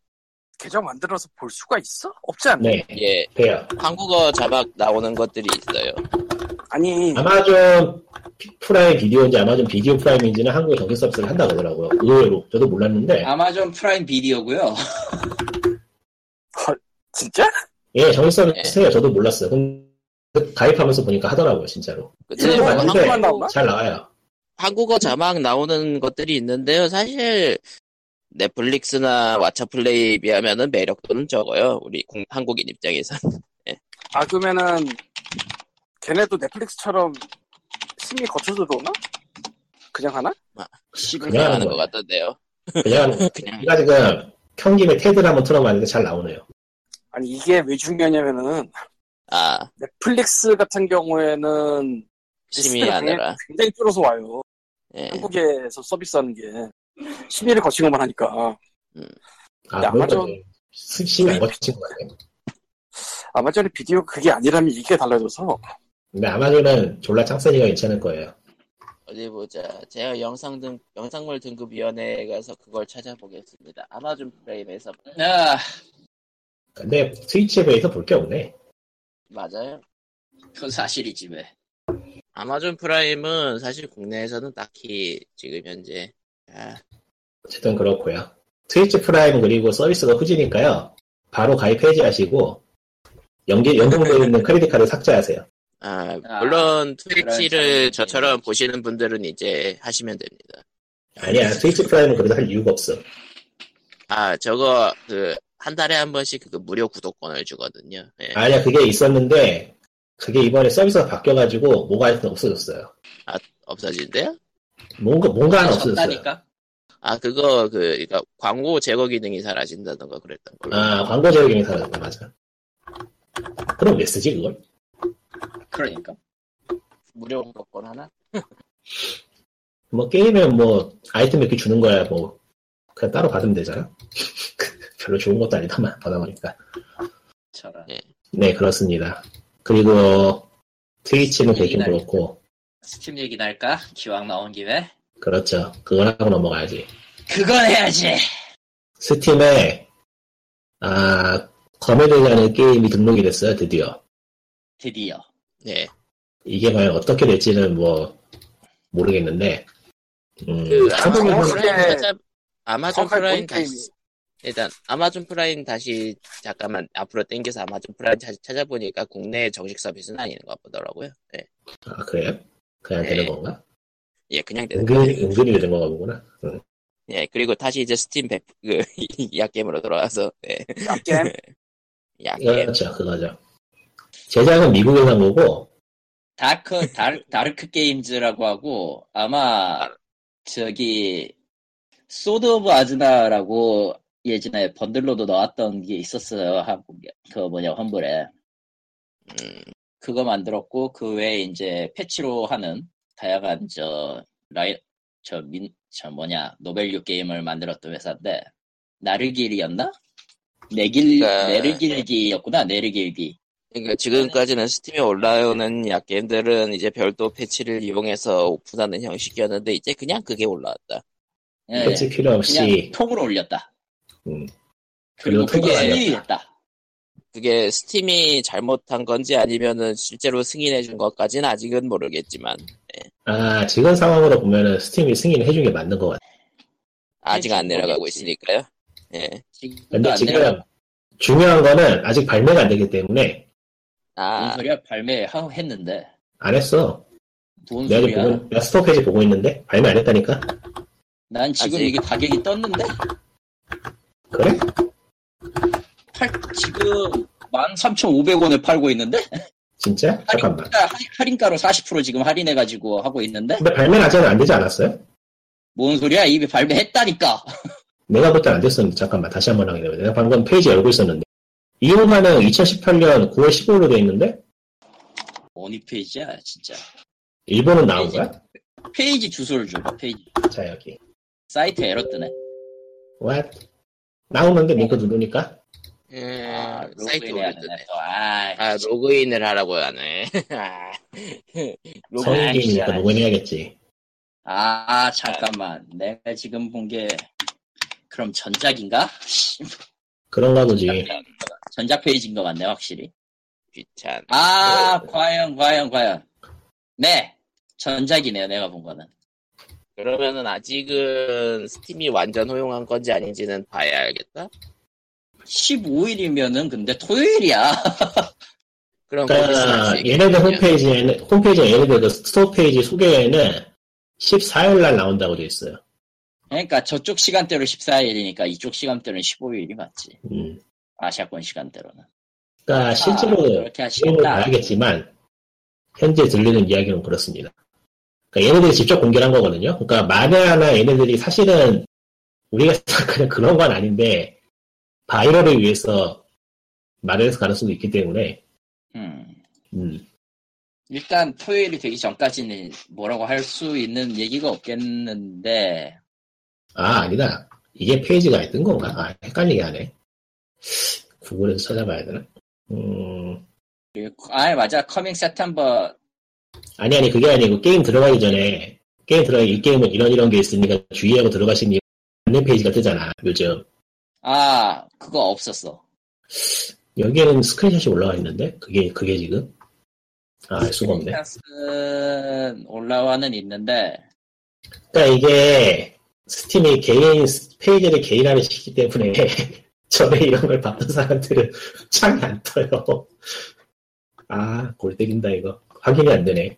[SPEAKER 4] 계정 만들어서 볼 수가 있어? 없지 않나?
[SPEAKER 3] 네,
[SPEAKER 1] 예,
[SPEAKER 3] 돼요.
[SPEAKER 1] 한국어 자막 나오는 것들이 있어요.
[SPEAKER 4] 아니
[SPEAKER 3] 아마존 피- 프라임 비디오인지 아마존 비디오 프라임인지는 한국에 정식 서비스를 한다 그러더라고요. 의외로. 저도 몰랐는데.
[SPEAKER 2] 아마존 프라임 비디오고요.
[SPEAKER 4] 진짜?
[SPEAKER 3] 예, 정식
[SPEAKER 2] 네.
[SPEAKER 3] 서비스 해요. 저도 몰랐어요. 근데 그 가입하면서 보니까 하더라고요, 진짜로.
[SPEAKER 1] 근데
[SPEAKER 3] 예,
[SPEAKER 1] 뭐
[SPEAKER 3] 맞는데.
[SPEAKER 1] 한국어-
[SPEAKER 4] 네, 한국만 나오나?
[SPEAKER 3] 잘 나와요.
[SPEAKER 1] 한국어 자막 나오는 것들이 있는데요. 사실 넷플릭스나 왓챠플레이에 비하면은 매력도는 적어요. 우리 국- 한국인 입장에서.
[SPEAKER 4] 네, 아 그러면은 걔네도 넷플릭스처럼 심이 거쳐서 들어오나? 그냥 하나? 네.
[SPEAKER 2] [LAUGHS]
[SPEAKER 3] 그냥
[SPEAKER 1] 하는
[SPEAKER 3] 하는
[SPEAKER 1] 것
[SPEAKER 3] 거예요.
[SPEAKER 1] 같던데요.
[SPEAKER 3] 그냥
[SPEAKER 1] 그냥
[SPEAKER 3] 제가 지금 켠김에 테드를 한번 틀어봤는데 잘 나오네요.
[SPEAKER 4] 아니 이게 왜 중요하냐면은
[SPEAKER 1] 아
[SPEAKER 4] 넷플릭스 같은 경우에는
[SPEAKER 1] 심의
[SPEAKER 4] 리스트가
[SPEAKER 1] 하느라.
[SPEAKER 4] 굉장히 줄어서 와요.
[SPEAKER 1] 예.
[SPEAKER 4] 한국에서 서비스하는 게 심의를 거치고만 하니까
[SPEAKER 3] 아,
[SPEAKER 4] 야,
[SPEAKER 3] 그러니까
[SPEAKER 4] 맞아.
[SPEAKER 3] 심이 안 거친 것 같아요.
[SPEAKER 4] 아마존의 비디오 그게 아니라면 이게 달라져서
[SPEAKER 3] 근데 아마존은 졸라 짱쓰니까 괜찮을 거예요.
[SPEAKER 1] 어디 보자. 제가 영상 등 영상물 등급 위원회에 가서 그걸 찾아보겠습니다. 아마존 프레임에서
[SPEAKER 2] 아,
[SPEAKER 3] 근데 스위치에 비해서 볼 게 없네.
[SPEAKER 1] 맞아요.
[SPEAKER 2] 그건 사실이지 왜.
[SPEAKER 1] 아마존 프라임은 사실 국내에서는 딱히 지금 현재 아,
[SPEAKER 3] 어쨌든 그렇고요. 트위치 프라임 그리고 서비스가 후지니까요. 바로 가입 해지하시고 연기 연동되어 있는 크레딧 카드 삭제하세요.
[SPEAKER 1] 아,
[SPEAKER 2] 아,
[SPEAKER 1] 물론
[SPEAKER 2] 사람들이
[SPEAKER 1] 트위치를 저처럼 보시는 분들은 이제 하시면 됩니다.
[SPEAKER 3] 아니야 트위치 프라임은 그래도 할 이유가 없어.
[SPEAKER 1] 아 저거 그 한 달에 한 번씩 그 무료 구독권을 주거든요. 예.
[SPEAKER 3] 아니야 그게 있었는데 그게 이번에 서비스가 바뀌어가지고 뭐가 하여튼 없어졌어요.
[SPEAKER 1] 없어진대요?
[SPEAKER 3] 뭔가 뭔가 하나 없어졌어요.
[SPEAKER 2] 졌다니까.
[SPEAKER 1] 아 그거 그 그러니까 광고 제거 기능이 사라진다던가 그랬던 걸로.
[SPEAKER 3] 아 광고 제로 기능이 사라졌다 맞아. 그럼 왜 쓰지 그걸?
[SPEAKER 2] 그러니까.
[SPEAKER 1] 무료 구독권 하나?
[SPEAKER 3] 뭐 게임은 뭐 아이템 몇 개 주는 거야 뭐 그냥 따로 받으면 되잖아. [LAUGHS] 별로 좋은 것도 아니다만 받아보니까.
[SPEAKER 2] 저런.
[SPEAKER 3] 네, 그렇습니다. 그리고 트위치는 되긴
[SPEAKER 2] 이날.
[SPEAKER 3] 그렇고,
[SPEAKER 2] 스팀 얘기나 할까? 기왕 나온 김에.
[SPEAKER 3] 그렇죠. 그걸 하고 넘어가야지.
[SPEAKER 2] 그건 해야지.
[SPEAKER 3] 스팀에, 아, 검해되자는 게임이 등록이 됐어요, 드디어.
[SPEAKER 2] 드디어.
[SPEAKER 1] 네.
[SPEAKER 3] 이게 과연 어떻게 될지는 뭐, 모르겠는데, 음,
[SPEAKER 1] 그
[SPEAKER 3] 한국에서는
[SPEAKER 1] 아마존 프라임
[SPEAKER 4] 그래.
[SPEAKER 1] 찾아 아마존
[SPEAKER 4] 정확하게
[SPEAKER 1] 프라임
[SPEAKER 4] 뭔 게임이
[SPEAKER 1] 다시 일단 아마존 프라임 다시 잠깐만 앞으로 땡겨서 아마존 프라임 다시 찾아보니까 국내 정식 서비스는 아닌 것 같더라고요. 예,
[SPEAKER 3] 아, 그래요? 그냥
[SPEAKER 1] 네.
[SPEAKER 3] 되는 건가?
[SPEAKER 1] 예 그냥 되는 거예요.
[SPEAKER 3] 은근히, 은근히 되는 건가 보구나. 음.
[SPEAKER 1] 예, 그리고 다시 이제 스팀 백, 그, [LAUGHS] 약겜으로 돌아와서, 예,
[SPEAKER 4] 약겜
[SPEAKER 1] 약겜.
[SPEAKER 3] 그렇죠, 그거죠. 제작은 미국에서 한 거고,
[SPEAKER 2] 다크 달, 다르크 게임즈라고 하고 아마 저기 소드 오브 아즈나라고 예전에 번들로도 나왔던 게 있었어요 한국 그 뭐냐 환불에
[SPEAKER 1] 음,
[SPEAKER 2] 그거 만들었고 그 외에 이제 패치로 하는 다양한 저 라이 저 민 저 뭐냐 노벨류 게임을 만들었던 회사인데 나르길이었나 네 내길
[SPEAKER 1] 그러니까-
[SPEAKER 2] 내르길기였구나 내르길기
[SPEAKER 1] 그러니까 지금까지는 스팀에 올라오는 약겜들은 이제 별도 패치를 이용해서 오픈하는 형식이었는데, 이제 그냥 그게 올라왔다.
[SPEAKER 2] 예,
[SPEAKER 3] 패치 필요
[SPEAKER 2] 그냥
[SPEAKER 3] 없이,
[SPEAKER 2] 통으로 올렸다
[SPEAKER 3] 음.
[SPEAKER 2] 그리고
[SPEAKER 3] 그리고 통으로
[SPEAKER 2] 그게
[SPEAKER 3] 올렸다.
[SPEAKER 2] 승인이었다
[SPEAKER 1] 그게 스팀이 잘못한 건지 아니면은 실제로 승인해준 것까지는 아직은 모르겠지만,
[SPEAKER 3] 아, 지금 상황으로 보면은 스팀이 승인해준 게 맞는 것 같아.
[SPEAKER 1] 아직 안 내려가고
[SPEAKER 2] 네, 모르겠지.
[SPEAKER 1] 있으니까요. 예.
[SPEAKER 2] 지금도
[SPEAKER 3] 근데 음.
[SPEAKER 2] 안
[SPEAKER 3] 그러니까 지금
[SPEAKER 2] 내려가.
[SPEAKER 3] 중요한 거는 아직 발매가 안 되기 때문에
[SPEAKER 2] 뭔
[SPEAKER 1] 아,
[SPEAKER 2] 소리야 발매했는데
[SPEAKER 3] 안 했어.
[SPEAKER 2] 뭔
[SPEAKER 3] 내가 지금
[SPEAKER 2] 소리야
[SPEAKER 3] 보고, 내가 스토어 페이지 보고 있는데 발매 안 했다니까.
[SPEAKER 2] 난 지금
[SPEAKER 1] 아직-
[SPEAKER 2] 이게 가격이 떴는데
[SPEAKER 3] 그래?
[SPEAKER 2] 팔, 지금 13,500원에 팔고 있는데
[SPEAKER 3] 진짜? 잠깐만.
[SPEAKER 2] 할인가, 할인가로 40% 지금 할인해가지고 하고 있는데
[SPEAKER 3] 근데 발매 아직 안 되지 않았어요?
[SPEAKER 2] 뭔 소리야 이미 발매했다니까
[SPEAKER 3] 내가 볼 때 안 됐었는데 잠깐만 다시 한번 확인해봐. 내가 방금 페이지 열고 있었는데 이용하는 2018년 9월 15일로 돼 있는데
[SPEAKER 2] 어느 페이지야 진짜
[SPEAKER 3] 일본은 나온 거야?
[SPEAKER 2] 페이지 주소를 줘봐 페이지
[SPEAKER 3] 자 여기.
[SPEAKER 2] 사이트 에러 뜨네
[SPEAKER 3] What? 나오는데 링크 누르니까
[SPEAKER 1] 음,
[SPEAKER 2] 아
[SPEAKER 1] 사이트
[SPEAKER 2] 로그인 해야 되네
[SPEAKER 1] 올렸네.
[SPEAKER 2] 또아
[SPEAKER 1] 아, 로그인을 하라고 하네. [LAUGHS] 아, 로그인.
[SPEAKER 2] 아이씨,
[SPEAKER 3] 성인이니까
[SPEAKER 2] 아이씨.
[SPEAKER 3] 로그인해야겠지.
[SPEAKER 2] 아, 잠깐만 내가 지금 본 게 그럼 전작인가?
[SPEAKER 3] 그런가
[SPEAKER 2] 아,
[SPEAKER 3] 보지.
[SPEAKER 2] 전작 페이지인 거 맞네 확실히
[SPEAKER 1] 귀찮.
[SPEAKER 2] 아, 과연, 과연, 과연. 네, 전작이네요, 내가 본 거는.
[SPEAKER 1] 그러면은 아직은 스팀이 완전 허용한 건지 아닌지는 봐야 알겠다.
[SPEAKER 2] 15일이면은 근데 토요일이야. [LAUGHS]
[SPEAKER 1] 그럼
[SPEAKER 3] 그러니까
[SPEAKER 1] 거기서
[SPEAKER 3] 얘네들 홈페이지에는 홈페이지 얘네들 그 스토어 페이지 소개에는 14일 날 나온다고 돼 있어요.
[SPEAKER 2] 그러니까 저쪽 시간대로 14일이니까 이쪽 시간대로는 15일이 맞지.
[SPEAKER 3] 음.
[SPEAKER 2] 아시아권 시간대로는.
[SPEAKER 3] 그러니까
[SPEAKER 2] 아,
[SPEAKER 3] 실제로
[SPEAKER 2] 그렇게
[SPEAKER 3] 게임을
[SPEAKER 2] 하시겠다.
[SPEAKER 3] 봐야겠지만 현재 들리는 이야기는 그렇습니다. 그러니까 얘네들이 직접 공개한 거거든요. 그러니까 마네아나 얘네들이 사실은 우리가 [LAUGHS] 생각하는 그런 건 아닌데 바이럴을 위해서 마련해서 가는 수도 있기 때문에
[SPEAKER 2] 음.
[SPEAKER 3] 음,
[SPEAKER 2] 일단 토요일이 되기 전까지는 뭐라고 할 수 있는 얘기가 없겠는데
[SPEAKER 3] 아 아니다 이게 페이지가 있던 건가? 아 헷갈리게 하네. 구글에서 찾아봐야 되나? 음
[SPEAKER 2] 아 맞아 커밍 세템버
[SPEAKER 3] 아니 아니 그게 아니고 게임 들어가기 전에 게임 들어가기 이 게임은 이런 이런 게 있으니까 주의하고 들어가시니 안내 페이지가 뜨잖아 요즘.
[SPEAKER 2] 아 그거 없었어.
[SPEAKER 3] 여기에는 스크린샷이 올라와 있는데 그게 그게 지금 아, 알 수가 없네.
[SPEAKER 2] 스크린샷은 올라와는 있는데
[SPEAKER 3] 그러니까 이게 스팀이 개인 페이지를 개인화를 시키기 때문에 [LAUGHS] 전에 이런 걸 봤던 사람들은 창이 안 떠요. 아, 골 때린다 이거. 확인이 안 되네.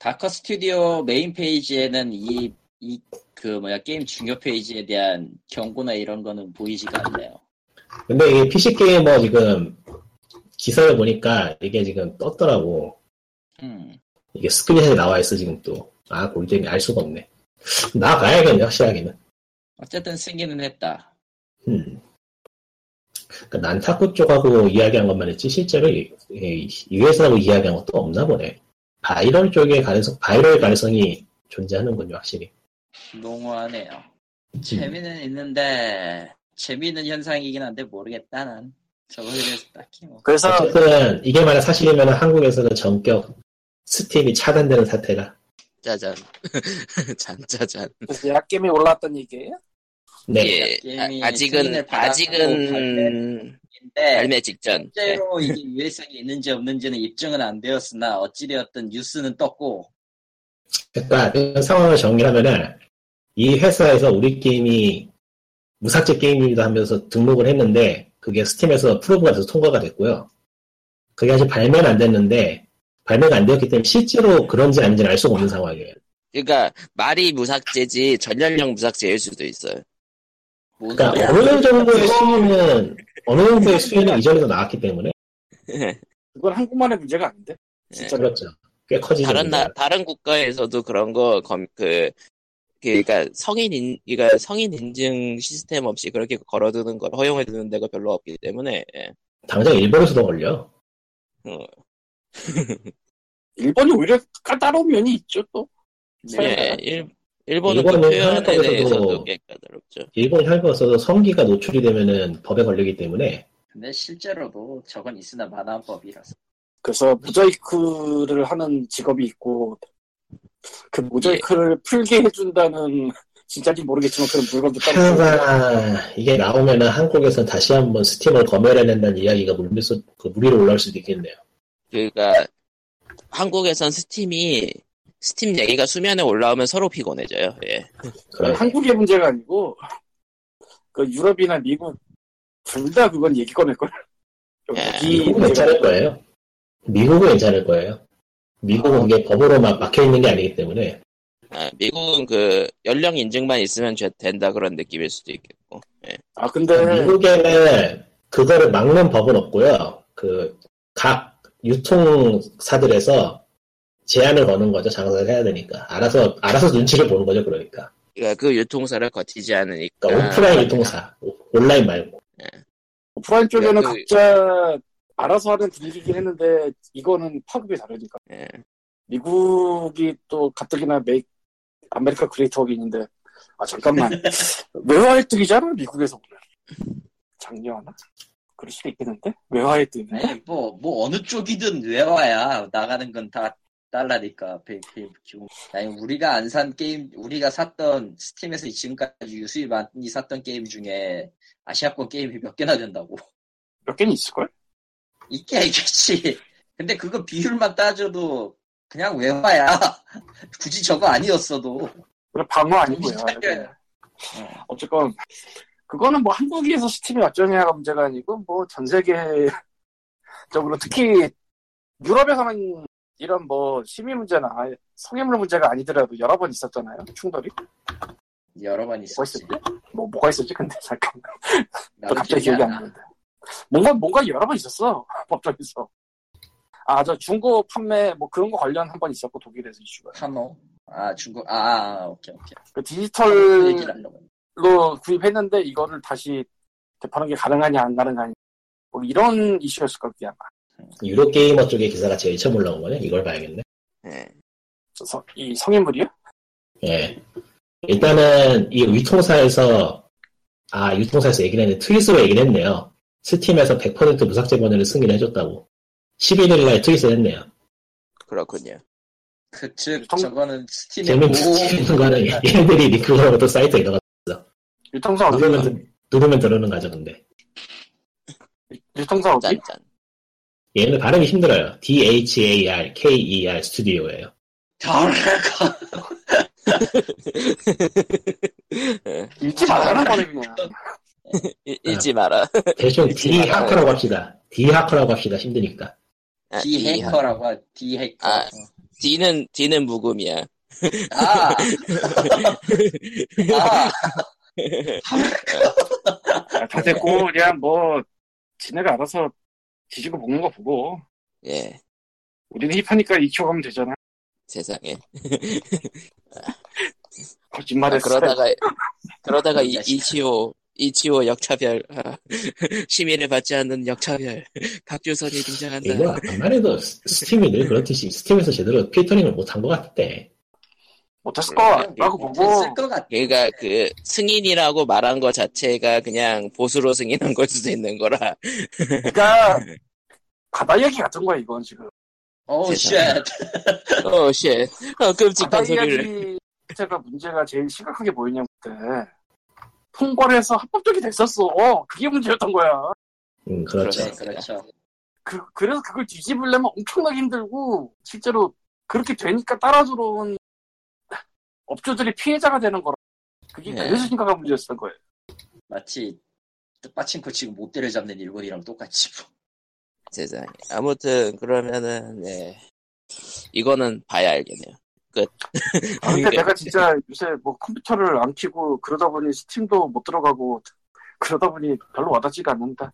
[SPEAKER 2] 다커 스튜디오 메인 페이지에는 이 이 그 뭐야 게임 중요 페이지에 대한 경고나 이런 거는 보이지가 않네요.
[SPEAKER 3] 근데 이게 PC 게이머 지금 기사를 보니까 이게 지금 떴더라고.
[SPEAKER 2] 음.
[SPEAKER 3] 이게 스크린샷이 나와 있어 지금 또. 아, 골 때리네. 알 수가 없네. 나가야겠네 확실하게는.
[SPEAKER 2] 어쨌든 승기는 했다.
[SPEAKER 3] 음. 그러니까 난타쿠 쪽하고 이야기한 것만 했지 실제로 이, 이, 이 회사하고 이야기한 것도 없나 보네. 바이럴 쪽의 가능성, 바이럴 가능성이 존재하는군요, 확실히.
[SPEAKER 2] 농후하네요. 재미는 있는데 재미있는 현상이긴 한데 모르겠다 난. 저거에 대해서 딱히 뭐.
[SPEAKER 3] [LAUGHS]
[SPEAKER 4] 그래서
[SPEAKER 3] 어쨌든 이게 만약 사실이면 한국에서는 전격 스팀이 차단되는 사태가.
[SPEAKER 1] 짜잔. [LAUGHS] 잔짜잔.
[SPEAKER 4] 그래서 약겜이 올라왔던 얘기예요.
[SPEAKER 3] 네.
[SPEAKER 1] 예,
[SPEAKER 2] 게임이
[SPEAKER 1] 아,
[SPEAKER 2] 승인을
[SPEAKER 1] 아직은,
[SPEAKER 2] 받아서 뭐
[SPEAKER 1] 아직은
[SPEAKER 2] 근데
[SPEAKER 1] 발매 직전. 네.
[SPEAKER 2] 실제로 이게 유해성이 있는지 없는지는 입증은 안 되었으나 어찌되었든 뉴스는 떴고
[SPEAKER 3] 그러니까 그 상황을 정리하면은 이 회사에서 우리 게임이 무삭제 게임입니다 하면서 등록을 했는데 그게 스팀에서 프로브가 돼서 통과가 됐고요. 그게 아직 발매는 안 됐는데 발매가 안 되었기 때문에 실제로 그런지 아닌지는 알 수가 없는 상황이에요.
[SPEAKER 1] 그러니까 말이 무삭제지 전연령 무삭제일 수도 있어요.
[SPEAKER 2] 뭔
[SPEAKER 3] 그러니까
[SPEAKER 2] 소리야?
[SPEAKER 3] 어느 정도의 수위는 어느 정도의 수위는 이전에도 나왔기 때문에
[SPEAKER 4] 그건 한국만의 문제가 아닌데.
[SPEAKER 3] 진짜 그렇죠. 꽤 커지죠.
[SPEAKER 1] 다른 나, 다른 국가에서도 그런 거 검, 그, 그니까 그러니까 성인 인, 그니까 성인 인증 시스템 없이 그렇게 걸어두는 걸 허용해 두는 데가 별로 없기 때문에 예.
[SPEAKER 3] 당장 일본에서도 걸려.
[SPEAKER 4] 일본이 오히려 까다로운 면이 있죠 또.
[SPEAKER 1] 예,
[SPEAKER 4] 네.
[SPEAKER 1] 일, 일본은 그
[SPEAKER 3] 일본은
[SPEAKER 1] 표현에
[SPEAKER 3] 한국에서도-
[SPEAKER 1] 대해서도 꽤 까다롭죠.
[SPEAKER 3] 일본 혈거에서도 성기가 노출이 되면은 법에 걸리기 때문에
[SPEAKER 2] 근데 실제로도 저건 있으나 마나한 법이라서
[SPEAKER 4] 그래서 모자이크를 하는 직업이 있고 그 모자이크를 풀게 해준다는 [LAUGHS] 진짜인지 모르겠지만 그런 물건도 따로 있고.
[SPEAKER 3] 하여간 이게 나오면은 한국에서 다시 한번 스팀을 검열해낸다는 이야기가 물밑서 그 무리로 올라올 수도 있겠네요.
[SPEAKER 1] 그러니까 한국에선 스팀이 스팀 얘기가 수면에 올라오면 서로 피곤해져요. 예.
[SPEAKER 3] 그런
[SPEAKER 4] 한국의 문제가 아니고 그 유럽이나 미국 둘 다 그건 얘기 꺼낼 걸.
[SPEAKER 1] 예.
[SPEAKER 3] 미국은 괜찮을 거예요. 미국은 괜찮을 거예요. 미국은 그게 법으로 막 막혀 있는 게 아니기 때문에
[SPEAKER 1] 아, 미국은 그 연령 인증만 있으면 죄- 된다 그런 느낌일 수도 있겠고. 예.
[SPEAKER 4] 아 근데
[SPEAKER 3] 미국에는 그거를 막는 법은 없고요. 그 각 유통사들에서 제한을 거는 거죠. 장사를 해야 되니까 알아서 알아서 눈치를 보는 거죠. 그러니까,
[SPEAKER 1] 그러니까 그 유통사를 거치지 않으니까.
[SPEAKER 3] 그러니까 오프라인 유통사, 오- 온라인 말고.
[SPEAKER 4] 오프라인 쪽에는
[SPEAKER 1] 그-
[SPEAKER 4] 각자 알아서 하는 분위기긴 했는데 이거는 파급이 다르니까
[SPEAKER 1] 예.
[SPEAKER 4] 미국이 또 가뜩이나 메이 아메리카 크리에이터가 있는데 아 잠깐만 외화에 뜨기잖아 미국에서 보면 작년하나 그럴 수도 있겠는데 외화에 뜨네
[SPEAKER 2] 아니 뭐뭐 어느 쪽이든 외화야 나가는 건 다 달라니까 베이비 기본 아니 우리가 안 산 게임 우리가 샀던 스팀에서 지금까지 유수히 많이 샀던 게임 중에 아시아권 게임이 몇 개나 된다고 [LAUGHS]
[SPEAKER 4] 몇 개는 있을걸?
[SPEAKER 2] 있게 알겠지 근데 그거 비율만 따져도 그냥 외화야 [LAUGHS] 굳이 저거 아니었어도
[SPEAKER 4] 그래
[SPEAKER 2] 네,
[SPEAKER 4] 방어 아니고요 네.
[SPEAKER 2] 진짜요.
[SPEAKER 4] 어쨌건 그거는 뭐 한국에서 스팀이 어쩌냐가 문제가 아니고 뭐 전 세계적으로 특히 유럽에서는 이런 뭐 시민 문제나 성인물 문제가 아니더라도 여러 번 있었잖아요 충돌이
[SPEAKER 2] 여러 번 있었지.
[SPEAKER 4] 있을까? 뭐 뭐가 있었지? 근데 [LAUGHS] 잠깐. 또
[SPEAKER 2] 나도
[SPEAKER 4] 갑자기
[SPEAKER 2] 기억이
[SPEAKER 4] 기억이 안
[SPEAKER 2] 안 나.
[SPEAKER 4] 나는데. 뭔가 뭔가 여러 번 있었어 [LAUGHS] 법정에서. 아 저 중고 판매 뭐 그런 거 관련 한 번 있었고 독일에서 이슈가.
[SPEAKER 2] 카노. 아 중국. 아, 아 오케이 오케이.
[SPEAKER 4] 그
[SPEAKER 2] 그 얘기를
[SPEAKER 4] 디지털로
[SPEAKER 2] 하려고.
[SPEAKER 4] 구입했는데 이거를 다시 되파는 게 가능하냐 안 가능하냐 뭐 이런 이슈였을 것 같아요.
[SPEAKER 3] 유료 게이머 쪽의 기사가 제일 처음 올라온 거네. 이걸 봐야겠네.
[SPEAKER 1] 예.
[SPEAKER 4] 저 성- 이 성인물이요?
[SPEAKER 3] 예. 일단은 이 유통사에서 아 유통사에서 얘기를 했는데 트윗으로 얘기를 했네요. 스팀에서 100% 무삭제 번호를 승인해 줬다고. 11일날 트윗을 했네요.
[SPEAKER 1] 그렇군요.
[SPEAKER 2] 그즉
[SPEAKER 4] 통-
[SPEAKER 2] 저거는 스팀의
[SPEAKER 3] [LAUGHS] 재밌는 재밌는 거는
[SPEAKER 2] 보호.
[SPEAKER 3] 네, 뭐. 얘네들이 리크로부터 사이트에 들어가
[SPEAKER 4] 유통사 어디?
[SPEAKER 3] 누르면 들- 누르면 들어오는 거죠 근데
[SPEAKER 4] 유통사 어디?
[SPEAKER 1] 짠짠. [LAUGHS]
[SPEAKER 3] 얘는 발음이 힘들어요. D H A R K E R 스튜디오예요.
[SPEAKER 2] [LAUGHS] 다르가.
[SPEAKER 1] 예.
[SPEAKER 4] 읽지 말라는 거네 그냥.
[SPEAKER 1] 이-
[SPEAKER 2] 어.
[SPEAKER 1] 잊지 마라. [LAUGHS]
[SPEAKER 3] 대충
[SPEAKER 1] 그치,
[SPEAKER 3] 네. D
[SPEAKER 1] 맞아요.
[SPEAKER 3] 하커라고 합시다. D 하커라고 합시다. 힘드니까.
[SPEAKER 1] 아,
[SPEAKER 2] D
[SPEAKER 1] 이-
[SPEAKER 2] 해커라고 하. D 해커.
[SPEAKER 1] 아. D는 D는 무금이야.
[SPEAKER 2] 아. 아.
[SPEAKER 4] 아, 다 됐고 그냥 뭐 지네가 알아서 지지고 먹는 거 보고
[SPEAKER 1] 예.
[SPEAKER 4] 우리는 힙하니까 이초 가면 되잖아.
[SPEAKER 1] 세상에.
[SPEAKER 4] 거짓말을
[SPEAKER 1] 아, 그러다가 그러다가
[SPEAKER 2] [LAUGHS]
[SPEAKER 1] 이,
[SPEAKER 2] 자식아.
[SPEAKER 1] 이치오 이치오 역차별 아, [LAUGHS] 시민을 받지 않는 역차별 박주선이 등장한다.
[SPEAKER 3] 이거 아무래도 스- 스팀이 늘 그렇듯이 스팀에서 제대로 필터링을 못한 것 같대.
[SPEAKER 4] 못했을
[SPEAKER 1] 네,
[SPEAKER 4] 거라고 보고
[SPEAKER 2] 쓸것 같아.
[SPEAKER 1] 그러니까 그 승인이라고 말한 것 자체가 그냥 보수로 승인한 걸 수도 있는
[SPEAKER 2] [LAUGHS]
[SPEAKER 1] 거라
[SPEAKER 4] 그러니까
[SPEAKER 1] 네.
[SPEAKER 4] 바다 이야기 같은 거야 이건 지금.
[SPEAKER 2] 오
[SPEAKER 1] 세상에.
[SPEAKER 2] 쉣.
[SPEAKER 1] 어쉣 어,
[SPEAKER 4] 바다
[SPEAKER 1] 끔찍한 소리를
[SPEAKER 4] 아, 이야기 자체가 문제가 제일 심각하게 보이냐고 그때 통과를 해서 합법적이 됐었어. 그게 문제였던 거야.
[SPEAKER 3] 음 그렇죠.
[SPEAKER 2] 네,
[SPEAKER 1] 그러네.
[SPEAKER 2] 그렇죠.
[SPEAKER 4] 그, 그래서 그걸 뒤집으려면 엄청나게 힘들고, 실제로 그렇게 되니까 따라 들어온 업주들이 피해자가 되는 거라. 그게
[SPEAKER 1] 네.
[SPEAKER 4] 그래서 심각한 문제였던 거예요.
[SPEAKER 2] 마치 뜻빠친코 지금 못 때려잡는 일본이랑 똑같이. [LAUGHS]
[SPEAKER 1] 세상에 아무튼 그러면은 네 이거는 봐야 알겠네요
[SPEAKER 4] 아, 근데
[SPEAKER 1] 그러니까-
[SPEAKER 4] 내가 진짜 요새 뭐 컴퓨터를 안 켜고 그러다 보니 스팀도 못 들어가고 그러다 보니 별로 와닿지가 않는다.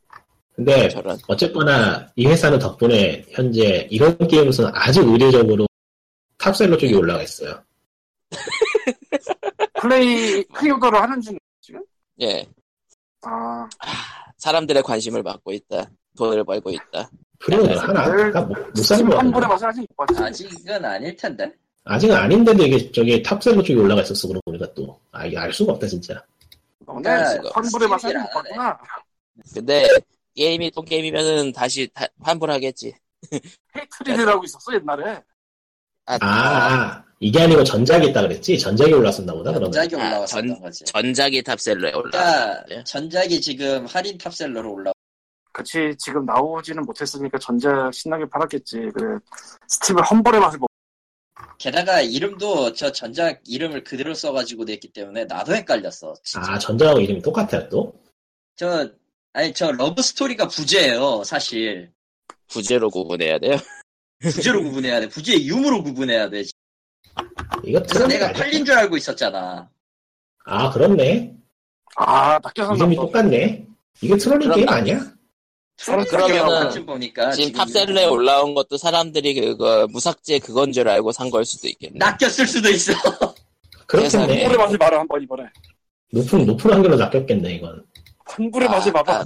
[SPEAKER 1] [LAUGHS]
[SPEAKER 3] 근데
[SPEAKER 1] 저런
[SPEAKER 3] 어쨌거나 이 회사는 덕분에 현재 이런 게임에서는 아주 의례적으로 탑셀러 쪽이 올라가 있어요.
[SPEAKER 1] [LAUGHS]
[SPEAKER 4] 플레이, 클리오더를 하는 중, 지금?
[SPEAKER 1] 예
[SPEAKER 4] 아,
[SPEAKER 1] 사람들의 관심을 받고 있다 돈을 벌고 있다
[SPEAKER 3] 프리오는 하나 아까 뭐 못, 못 사는
[SPEAKER 4] 스팀
[SPEAKER 3] 거 같은데.
[SPEAKER 4] 환불의 맛을 아직 못 봤지.
[SPEAKER 2] 아직은 아닐 텐데.
[SPEAKER 3] 아직은 아닌데도 이게 저기 탑셀러 쪽이 올라가 있었어 그러고 보니까 또 아, 이게 알 수가 없다 진짜.
[SPEAKER 4] 오늘
[SPEAKER 2] 그러니까
[SPEAKER 4] 환불의 맛을 아직
[SPEAKER 2] 스팀이라
[SPEAKER 4] 못 봤구나.
[SPEAKER 1] 근데 게임이 또 게임이면은 다시 다- 환불하겠지
[SPEAKER 4] 헤이트리드라고 있었어, 옛날에.
[SPEAKER 1] 아,
[SPEAKER 3] 아, 아 이게 아니고 전작이 있다 그랬지? 전작이 올라왔었나 보다 그러면.
[SPEAKER 2] 전작이
[SPEAKER 1] 아,
[SPEAKER 2] 올라왔었던
[SPEAKER 1] 전-
[SPEAKER 2] 거지.
[SPEAKER 1] 전작이 탑셀러에 예? 올라
[SPEAKER 2] 그러니까 전작이 지금 할인 탑셀러로 올라.
[SPEAKER 4] 그치 지금 나오지는 못했으니까 전작 신나게 팔았겠지 그래 스팀을 험벌의 맛을 먹
[SPEAKER 2] 게다가 이름도 저 전작 이름을 그대로 써가지고 냈기 때문에 나도 헷갈렸어. 진짜.
[SPEAKER 3] 아 전작하고 이름이 똑같아요 또?
[SPEAKER 2] 저 아니 저 러브 스토리가 부제예요 사실.
[SPEAKER 1] 부제로 구분해야 돼요
[SPEAKER 2] 부제로 구분해야 돼. 부제의 유무로 구분해야 돼.
[SPEAKER 3] 이거
[SPEAKER 2] 그래서
[SPEAKER 3] 틀린
[SPEAKER 2] 내가
[SPEAKER 3] 거 아니야?
[SPEAKER 2] 팔린 줄 알고 있었잖아.
[SPEAKER 3] 아 그렇네.
[SPEAKER 4] 아 낙제선
[SPEAKER 3] 이름이 똑같네. 이게 트롤링
[SPEAKER 1] 그럼
[SPEAKER 3] 게임
[SPEAKER 1] 나-
[SPEAKER 3] 아니야?
[SPEAKER 1] 그러면은
[SPEAKER 2] 아, 지금 보니까
[SPEAKER 1] 지금 탑셀러에 올라온 것도 사람들이 그거 무삭제 그건 줄 알고 산 걸 수도 있겠네.
[SPEAKER 2] 낚였을 수도 있어. [LAUGHS]
[SPEAKER 1] 세상에.
[SPEAKER 3] 그렇겠네.
[SPEAKER 4] 환불의 맛을 말아 한번 이번에
[SPEAKER 3] 높은 높은 한글로 낚였겠네 이건.
[SPEAKER 4] 환불의
[SPEAKER 1] 아,
[SPEAKER 4] 맛을 봐봐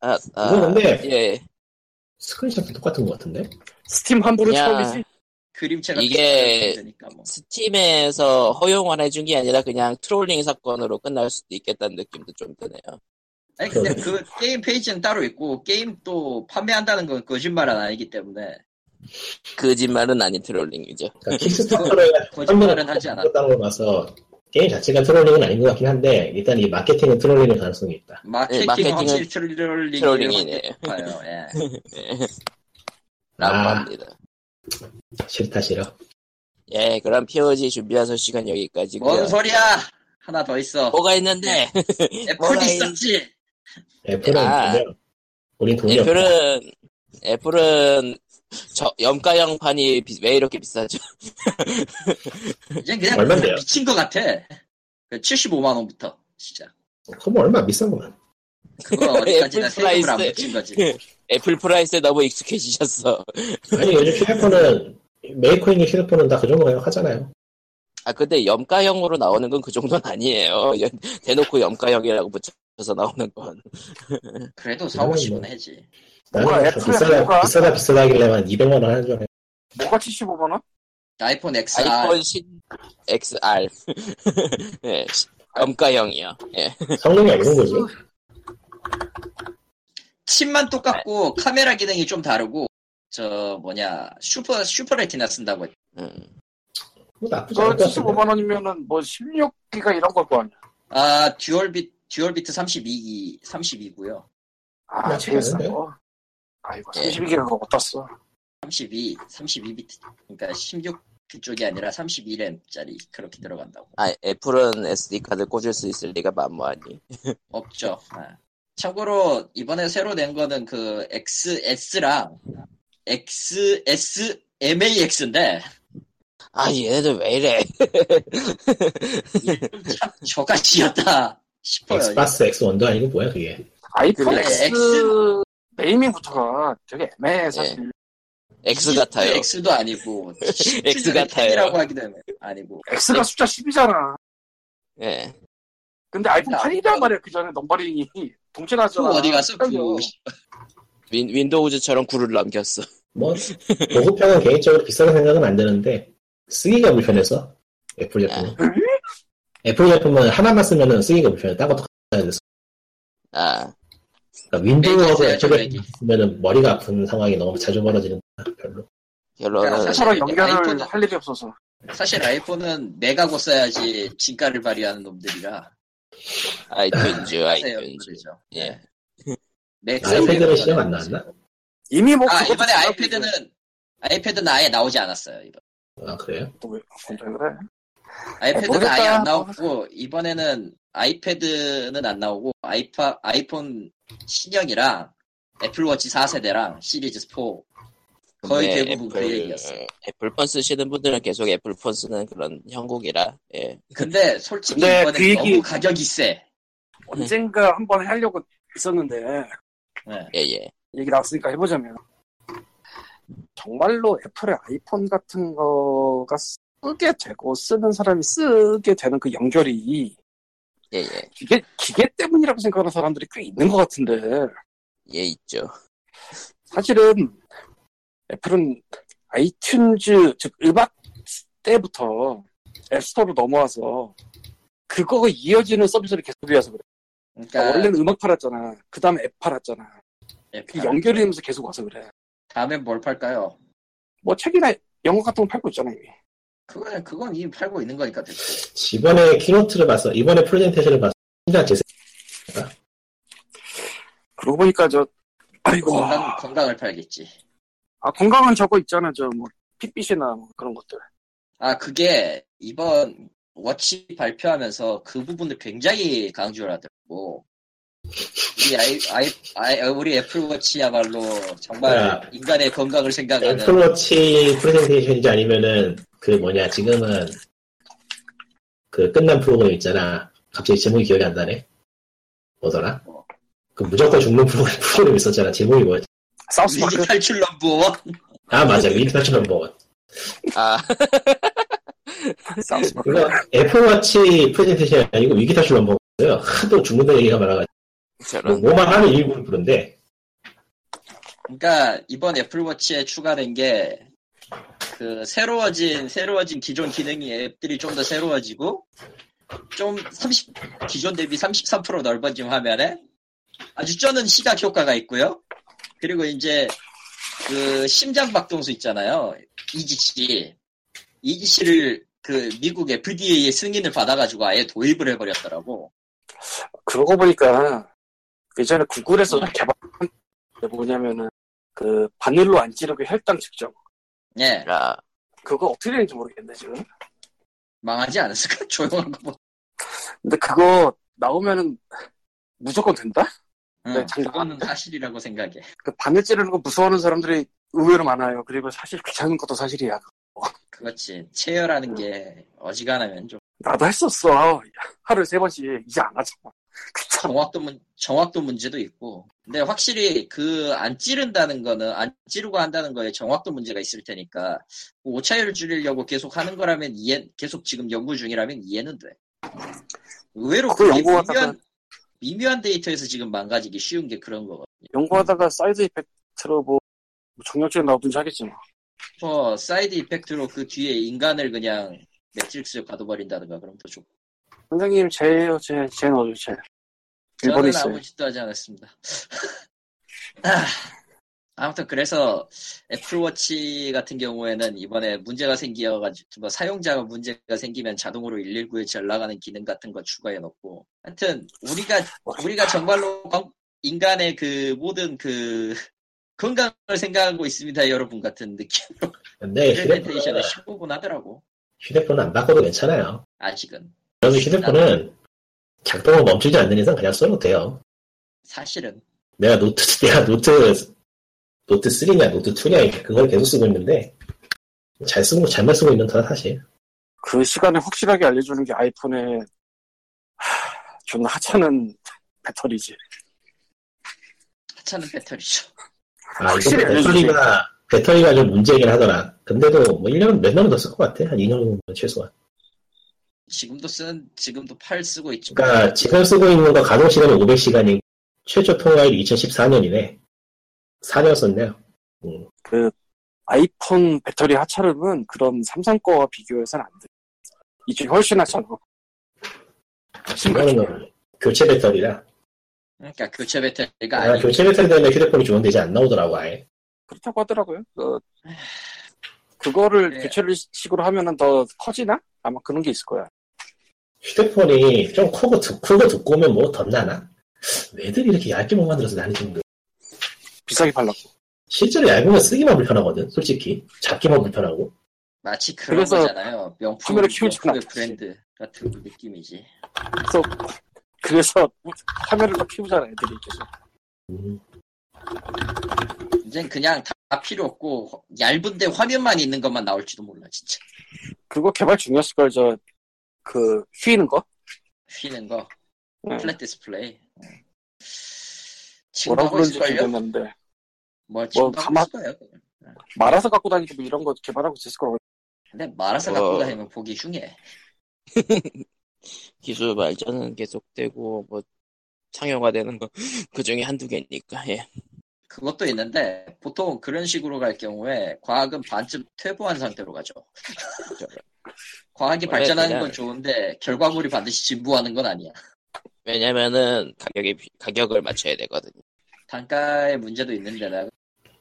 [SPEAKER 1] 아, 아, 아,
[SPEAKER 3] 이거 근데-
[SPEAKER 1] 예
[SPEAKER 3] 스크린샷도 똑같은 것 같은데?
[SPEAKER 4] 스팀 환불은
[SPEAKER 1] 그냥-
[SPEAKER 4] 처음이지
[SPEAKER 2] 그림체가
[SPEAKER 1] 이게-
[SPEAKER 2] 니까 뭐.
[SPEAKER 1] 스팀에서 허용을 해준 게 아니라 그냥 트롤링 사건으로 끝날 수도 있겠다는 느낌도 좀 드네요.
[SPEAKER 2] 아니 근데 그 게임 페이지는 따로 있고 게임 또 판매한다는 건 거짓말은 아니기 때문에
[SPEAKER 1] 거짓말은 아닌 트롤링이죠.
[SPEAKER 2] [LAUGHS]
[SPEAKER 3] 그러니까 킥스타터로 해가지고
[SPEAKER 2] 거짓말은 하지 않아.
[SPEAKER 3] 떴다는 걸 봐서 게임 자체가 트롤링은 아닌 것 같긴 한데 일단 이 마케팅은 트롤링일 가능성이 있다.
[SPEAKER 1] 예,
[SPEAKER 2] 마케팅은
[SPEAKER 1] 마케팅은
[SPEAKER 2] 확실히 트롤링
[SPEAKER 1] 트롤링이네요.
[SPEAKER 2] 봐요. 예.
[SPEAKER 1] [LAUGHS] 라고
[SPEAKER 3] 아.
[SPEAKER 1] 합니다.
[SPEAKER 3] 싫다 싫어.
[SPEAKER 1] 예, 그럼 POG 준비한 소식은 여기까지고요.
[SPEAKER 2] 뭔 소리야? 하나 더 있어.
[SPEAKER 1] 뭐가 있는데
[SPEAKER 2] 애플
[SPEAKER 1] 뭐가
[SPEAKER 2] 있었지.
[SPEAKER 3] 애플은
[SPEAKER 1] 아.
[SPEAKER 3] 그냥 우린 돈이
[SPEAKER 1] [LAUGHS]
[SPEAKER 3] 없다.
[SPEAKER 1] 애플은 애플은 저 염가형판이 비- 왜 이렇게 비싸죠?
[SPEAKER 2] 이제 그냥
[SPEAKER 3] 얼만데요?
[SPEAKER 2] 미친 것 같아. 75만 그 원부터 진짜.
[SPEAKER 3] 그거 뭐 얼마 비싸구만.
[SPEAKER 2] 그건
[SPEAKER 1] [LAUGHS]
[SPEAKER 2] 어디까지나
[SPEAKER 1] 애플
[SPEAKER 2] 세금을 안
[SPEAKER 1] 프라이스.
[SPEAKER 2] 붙인 거지.
[SPEAKER 1] [LAUGHS] 애플 프라이스에 너무 익숙해지셨어.
[SPEAKER 3] 아니 요즘 휴대폰은 메이커 있는 휴대폰은 다 그 정도 가격 하잖아요.
[SPEAKER 1] 아 근데 염가형으로 나오는 건 그 정도는 아니에요. 연- 대놓고 염가형이라고 붙여서 나오는 건.
[SPEAKER 2] 그래도 4, 50은 해지.
[SPEAKER 3] 나는
[SPEAKER 4] 뭐야,
[SPEAKER 3] 참
[SPEAKER 4] 애플의
[SPEAKER 3] 비싸다,
[SPEAKER 4] 뭐가?
[SPEAKER 3] 비싸다 비싸다길래만 200만 원 하는 줄 알았는데
[SPEAKER 4] 뭐가 75만원?
[SPEAKER 2] 아이폰 XR
[SPEAKER 1] 아이폰 신 XR. [LAUGHS] 예, 염가형이요. 예.
[SPEAKER 3] 성능이 없는 거지.
[SPEAKER 2] 칩만 똑같고
[SPEAKER 1] 네.
[SPEAKER 2] 카메라 기능이 좀 다르고 저 뭐냐 슈퍼 슈퍼 레티나 쓴다고 했-
[SPEAKER 1] 음.
[SPEAKER 3] 뭐 나쁘지
[SPEAKER 4] 그거
[SPEAKER 3] 않을 것 같은데.
[SPEAKER 4] 75만원이면은 뭐 16기가 이런 걸 거 아니야.
[SPEAKER 2] 아 듀얼빛 듀얼비트 32기 32고요
[SPEAKER 4] 아,
[SPEAKER 3] 나쁘지
[SPEAKER 4] 제일 싼
[SPEAKER 3] 않은데?
[SPEAKER 4] 거. 아이고,
[SPEAKER 1] 예.
[SPEAKER 4] 32기가 그거 어떻어.
[SPEAKER 2] 32 32비트 그러니까 16 그쪽이 아니라 32램짜리 그렇게 들어간다고
[SPEAKER 1] 아 애플은 SD 카드 꽂을 수 있을 리가 만무하니.
[SPEAKER 2] 없죠 아. 참고로 이번에 새로 낸 거는 그 XS랑 XS MAX인데
[SPEAKER 1] 아 얘네들 왜 이래? [LAUGHS]
[SPEAKER 2] 저가시였다 싶어요
[SPEAKER 3] 엑스박스 X1도 아니고 뭐야 그게.
[SPEAKER 4] 아이폰
[SPEAKER 2] 그래,
[SPEAKER 4] X
[SPEAKER 2] X-
[SPEAKER 4] 네이밍부터가 되게 애매해, 사실.
[SPEAKER 1] X 같아요.
[SPEAKER 2] X도 아니고
[SPEAKER 1] X 같아요.
[SPEAKER 2] 이라고 하기도 하면 아니고
[SPEAKER 4] X가 숫자 10이잖아.
[SPEAKER 1] 예.
[SPEAKER 4] 근데 아이폰
[SPEAKER 2] 아,
[SPEAKER 4] 8이란 말이야, 그 전에 넘버링이
[SPEAKER 2] 또
[SPEAKER 4] [LAUGHS] 동체나잖아.
[SPEAKER 2] 어디 가서 그
[SPEAKER 1] 윈, 윈도우즈처럼 굴을 넘겼어. [LAUGHS]
[SPEAKER 3] 뭐 보급형은 개인적으로 비싸게 생각은 안 드는데 쓰기가 불편해서 애플 제품.
[SPEAKER 4] 아.
[SPEAKER 3] 애플 제품은 하나만 쓰면은 쓰기가 불편해. 딴거 똑같아야 돼서.
[SPEAKER 1] 아
[SPEAKER 3] 그러니까 윈도우하고
[SPEAKER 2] 맥이 있어야죠,
[SPEAKER 3] 애플
[SPEAKER 2] 맥이.
[SPEAKER 3] 제품 쓰면은 머리가 아픈 상황이 너무 자주 벌어지는 거야, 별로.
[SPEAKER 1] 결론은
[SPEAKER 4] 서로 연결을
[SPEAKER 2] 아이폰은-
[SPEAKER 4] 할 일이 없어서.
[SPEAKER 2] 사실 아이폰은 내가고 써야지 진가를 발휘하는 놈들이라
[SPEAKER 1] 아이튠즈
[SPEAKER 2] 세요 네.
[SPEAKER 1] 아이튠즈.
[SPEAKER 2] 그러죠.
[SPEAKER 1] 예.
[SPEAKER 2] 맥
[SPEAKER 3] 아이패드는
[SPEAKER 2] 세븐
[SPEAKER 3] 시장 안
[SPEAKER 2] 이번에
[SPEAKER 3] 나왔나?
[SPEAKER 4] 이미 뭐,
[SPEAKER 2] 아
[SPEAKER 4] 그것도
[SPEAKER 2] 이번에
[SPEAKER 4] 지나고
[SPEAKER 2] 아이패드는 아이패드는 아예 나오지 않았어요 이번.
[SPEAKER 3] 아 그래요?
[SPEAKER 4] 또 왜, 왜 그래?
[SPEAKER 2] 아이패드는
[SPEAKER 4] 모르겠다.
[SPEAKER 2] 아예 안 나왔고 이번에는 아이패드는 안 나오고 아이파 아이폰 신형이랑 애플워치 4세대랑 시리즈 4 거의
[SPEAKER 4] 네,
[SPEAKER 1] 근데
[SPEAKER 2] 대부분 그 얘기였어요.
[SPEAKER 1] 애플폰 쓰시는 분들은 계속 애플폰 쓰는 그런 형국이라 예.
[SPEAKER 2] 근데 솔직히
[SPEAKER 4] 근데
[SPEAKER 2] 이번에
[SPEAKER 4] 그 얘기-
[SPEAKER 2] 너무 가격이 세.
[SPEAKER 4] 언젠가 한번 하려고 있었는데,
[SPEAKER 2] 네.
[SPEAKER 1] 예, 예.
[SPEAKER 4] 얘기 나왔으니까 해보자면. 정말로 애플의 아이폰 같은 거가 쓰게 되고, 쓰는 사람이 쓰게 되는 그 연결이
[SPEAKER 1] 예, 예.
[SPEAKER 4] 기계, 기계 때문이라고 생각하는 사람들이 꽤 있는 것 같은데
[SPEAKER 1] 예, 있죠.
[SPEAKER 4] 사실은 애플은 아이튠즈 즉 음악 때부터 앱스토어로 넘어와서 그거 이어지는 서비스를 계속 이어서 그래.
[SPEAKER 2] 그러니까
[SPEAKER 4] 그러니까 원래는 음악 팔았잖아. 그 다음에 앱 팔았잖아. 그
[SPEAKER 2] 애플
[SPEAKER 4] 연결이 되면서 계속 와서 그래.
[SPEAKER 2] 다음에 뭘 팔까요?
[SPEAKER 4] 뭐 책이나 영화 같은 거 팔고 있잖아 이미.
[SPEAKER 2] 그건 그건 이미 팔고 있는 거니까 됐고.
[SPEAKER 3] 이번에 키노트를 봤어. 이번에 프레젠테이션을 봤어. 신장 재생.
[SPEAKER 4] 그러고 보니까 저 아이고
[SPEAKER 2] 건강 건강을 팔겠지.
[SPEAKER 4] 아 건강한 저거 있잖아 저뭐 핏빛이나 뭐 그런 것들.
[SPEAKER 2] 아, 그게 이번 워치 발표하면서 그 부분을 굉장히 강조를 하더라고. 우리 아이, 아이, 아이, 어, 우리 애플워치야말로 정말
[SPEAKER 3] 야.
[SPEAKER 2] 인간의 건강을 생각하는
[SPEAKER 3] 네. 애플워치 프레젠테이션인지 아니면은 그 뭐냐 지금은 그 끝난 프로그램 있잖아. 갑자기 제목이 기억이 안 나네. 뭐더라? 그 무조건 죽는 프로그램, [LAUGHS] 프로그램 있었잖아. 제목이 뭐였지?
[SPEAKER 4] 사우스파크
[SPEAKER 2] 위기 탈출 넘버원.
[SPEAKER 3] 아 맞아. 위인터치 넘버원.
[SPEAKER 1] 아, [LAUGHS]
[SPEAKER 4] 네. 사우스파크.
[SPEAKER 3] 그거 애플워치 프레젠테이션이 아니고 위기타출 넘버였어요. 하도 죽는다 얘기가 많아가지고
[SPEAKER 1] 저런.
[SPEAKER 3] 뭐만 하면 일부를 부른데
[SPEAKER 2] 그러니까 이번 애플워치에 추가된 게 그 새로워진 새로워진 기존 기능이 앱들이 좀 더 새로워지고 좀 30, 기존 대비 33% 넓어진 화면에 아주 쩌는 시각 효과가 있고요. 그리고 이제 그 심장 박동수 있잖아요. 이지씨. 이지씨를 그 미국 FDA의 승인을 받아가지고 아예 도입을 해버렸더라고.
[SPEAKER 4] 그러고 보니까 예전에 구글에서 개발한 게 뭐냐면은 그 바늘로 안 찌르고 혈당 측정
[SPEAKER 2] 예,
[SPEAKER 1] 아,
[SPEAKER 4] 그거 어떻게 되는지 모르겠네 지금
[SPEAKER 2] 망하지 않았을까? [LAUGHS] 조용한 거 보.
[SPEAKER 4] 근데 그거 나오면은 무조건 된다?
[SPEAKER 2] 응,
[SPEAKER 4] 네, 잠깐.
[SPEAKER 2] 그거는 사실이라고 생각해.
[SPEAKER 4] 그 바늘 찌르는 거 무서워하는 사람들이 의외로 많아요 그리고 사실 귀찮은 것도 사실이야
[SPEAKER 2] 그렇지. 체열하는 게 어지간하면 좀.
[SPEAKER 4] 나도 했었어 하루에 세 번씩 이제 안 하잖아. 귀찮아.
[SPEAKER 2] 정확도 문 정확도 문제도 있고 근데 확실히 그 안 찌른다는 거는 안 찌르고 한다는 거에 정확도 문제가 있을 테니까 그 오차율 줄이려고 계속 하는 거라면 이해 계속 지금 연구 중이라면 이해는 돼 의외로
[SPEAKER 4] 그거
[SPEAKER 2] 그게
[SPEAKER 4] 연구하다가-
[SPEAKER 2] 미묘한 미묘한 데이터에서 지금 망가지기 쉬운 게 그런 거거든
[SPEAKER 4] 연구하다가 사이드 이펙트로 뭐 정력증 나오든지 하겠지 뭐.
[SPEAKER 2] 저 사이드 이펙트로 그 뒤에 인간을 그냥 매트릭스에 가둬버린다든가 그럼 더 좋고
[SPEAKER 4] 선생님 제요 제, 제 넣어줘 제.
[SPEAKER 2] 저는
[SPEAKER 4] 일본에 있어요.
[SPEAKER 2] 아무 짓도 하지 않았습니다 [LAUGHS] 아, 아무튼 그래서 애플워치 같은 경우에는 이번에 문제가 생겨가지고 뭐 사용자가 문제가 생기면 자동으로 119에 전화가는 기능 같은 거 추가해 놓고 하여튼 우리가 우리가 정말로 광- 인간의 그 모든 그 건강을 생각하고 있습니다 여러분 같은 느낌 네,
[SPEAKER 3] 근데 휴대폰,
[SPEAKER 2] 프레젠테이션에 15분 하더라고
[SPEAKER 3] 휴대폰은 안 바꿔도 괜찮아요.
[SPEAKER 2] 아직은
[SPEAKER 3] 여기 휴대폰은 작동을 멈추지 않는 이상 그냥 써도 돼요.
[SPEAKER 2] 사실은
[SPEAKER 3] 내가 노트, [LAUGHS] 내가 노트, 노트 3냐, 노트 2냐, 그걸 계속 쓰고 있는데, 잘 쓰고, 잘만 쓰고 있는 터라 사실.
[SPEAKER 4] 그 시간을 확실하게 알려주는 게 아이폰의 하, 존나 하찮은 배터리지.
[SPEAKER 2] 하찮은 배터리죠.
[SPEAKER 3] 아, 이거
[SPEAKER 4] 확실히
[SPEAKER 3] 배터리가, 배터리가 좀 문제이긴 하더라. 근데도 뭐 1년 몇 년은 더 쓸 것 같아. 한 2년 정도 최소한.
[SPEAKER 2] 지금도 쓰는 지금도 팔 쓰고 있죠.
[SPEAKER 3] 그러니까 지금 쓰고 있는 거 가동 시간이 500시간이 최초 통화율이 2014년이네. 4년 썼네요. 음.
[SPEAKER 4] 그 아이폰 배터리 하차름은 그런 삼성 거와 비교해서는 안 돼. 이쪽이 훨씬 하찮아.
[SPEAKER 3] 이거는
[SPEAKER 1] 음.
[SPEAKER 3] 뭐 교체 배터리라.
[SPEAKER 2] 그러니까 교체
[SPEAKER 4] 네,
[SPEAKER 2] 배터리가
[SPEAKER 3] 아,
[SPEAKER 1] 예.
[SPEAKER 2] 아니
[SPEAKER 4] 그
[SPEAKER 3] 교체 배터리 때문에 휴대폰이 주문되지 안 나오더라고 아예.
[SPEAKER 4] 그렇다고 하더라고요. 그, 그거를
[SPEAKER 2] 네.
[SPEAKER 4] 교체를 식으로 하면은 더 커지나? 아마 그런 게 있을 거야.
[SPEAKER 3] 휴대폰이 좀 크고, 두, 크고 두꺼우면 뭐 덧나나? 왜들 이렇게 얇게 못 만들어서 난리지 모르겠어.
[SPEAKER 4] 비싸게 팔라고.
[SPEAKER 3] 실제로 얇으면 쓰기만 불편하거든, 솔직히. 잡기만 불편하고.
[SPEAKER 2] 마치 그런
[SPEAKER 4] 그래서
[SPEAKER 2] 거잖아요. 명품
[SPEAKER 4] 카메라 키우지
[SPEAKER 2] 명품의
[SPEAKER 4] 않았지.
[SPEAKER 2] 브랜드 같은 그 느낌이지.
[SPEAKER 4] 그래서, 그래서 카메라로 키우잖아, 애들이. 계속.
[SPEAKER 3] 음,
[SPEAKER 2] 이젠 그냥 다 필요 없고 허- 얇은데 화면만 있는 것만 나올지도 몰라 진짜.
[SPEAKER 4] 그거 개발 중이었을걸, 저, 그, 휘는 거?
[SPEAKER 2] 휘는 거
[SPEAKER 4] 네.
[SPEAKER 2] 플랫 디스플레이. 어. 지금
[SPEAKER 4] 뭐라고
[SPEAKER 2] 하고
[SPEAKER 4] 그런지
[SPEAKER 2] 있을걸요?
[SPEAKER 4] 모르겠는데.
[SPEAKER 2] 뭐 지금
[SPEAKER 4] 뭐
[SPEAKER 2] 하고
[SPEAKER 4] 가마-
[SPEAKER 2] 있을까요?
[SPEAKER 4] 말아서 갖고 다니고 뭐 이런 거 개발하고 있을 거라고.
[SPEAKER 2] 근데 말아서
[SPEAKER 1] 어.
[SPEAKER 2] 갖고 다니면 보기 흉해.
[SPEAKER 1] 기술 발전은 계속되고 뭐 상용화되는 거 [LAUGHS] 그 중에 한두 개니까 예.
[SPEAKER 2] 그것도 있는데 보통 그런 식으로 갈 경우에 과학은 반쯤 퇴보한 상태로 가죠.
[SPEAKER 4] 그렇죠.
[SPEAKER 2] [LAUGHS] 과학이
[SPEAKER 1] 원래
[SPEAKER 2] 발전하는
[SPEAKER 1] 그냥-
[SPEAKER 2] 건 좋은데 결과물이 반드시 진부하는 건 아니야.
[SPEAKER 1] 왜냐면은 가격이 비- 가격을 맞춰야 되거든요.
[SPEAKER 2] 단가의 문제도 있는데다가
[SPEAKER 1] 네.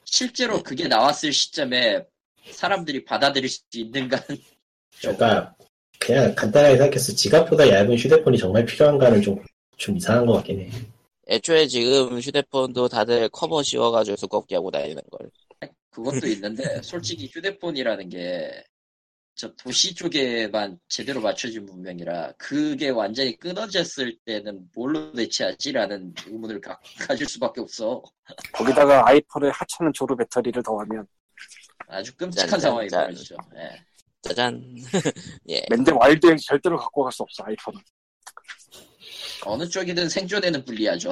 [SPEAKER 2] 실제로 그게 나왔을 시점에 사람들이 받아들일 수 있는가는 [LAUGHS]
[SPEAKER 3] 그러니까, 그냥 간단하게 생각해서 지갑보다 얇은 휴대폰이 정말 필요한가는 좀, 좀 이상한 것 같긴 해.
[SPEAKER 1] 애초에 지금 휴대폰도 다들 커버 씌워가지고 두껍게 하고 다니는 걸.
[SPEAKER 2] 그것도
[SPEAKER 1] 음.
[SPEAKER 2] 있는데 솔직히 휴대폰이라는 게 저 도시 쪽에만 제대로 맞춰진 문명이라 그게 완전히 끊어졌을 때는 뭘로 대체하지라는 의문을 가, [LAUGHS] 가질 수밖에 없어.
[SPEAKER 4] 거기다가 아이폰의 하찮은 조르 배터리를 더하면,
[SPEAKER 2] 아주 끔찍한
[SPEAKER 1] 짠,
[SPEAKER 2] 상황이
[SPEAKER 1] 짠.
[SPEAKER 2] 벌어지죠. 예.
[SPEAKER 1] 짜잔. [LAUGHS] 예.
[SPEAKER 4] 맨데 와일드행 절대로 갖고 갈 수 없어, 아이폰은.
[SPEAKER 2] 어느 쪽이든 생존에는 불리하죠.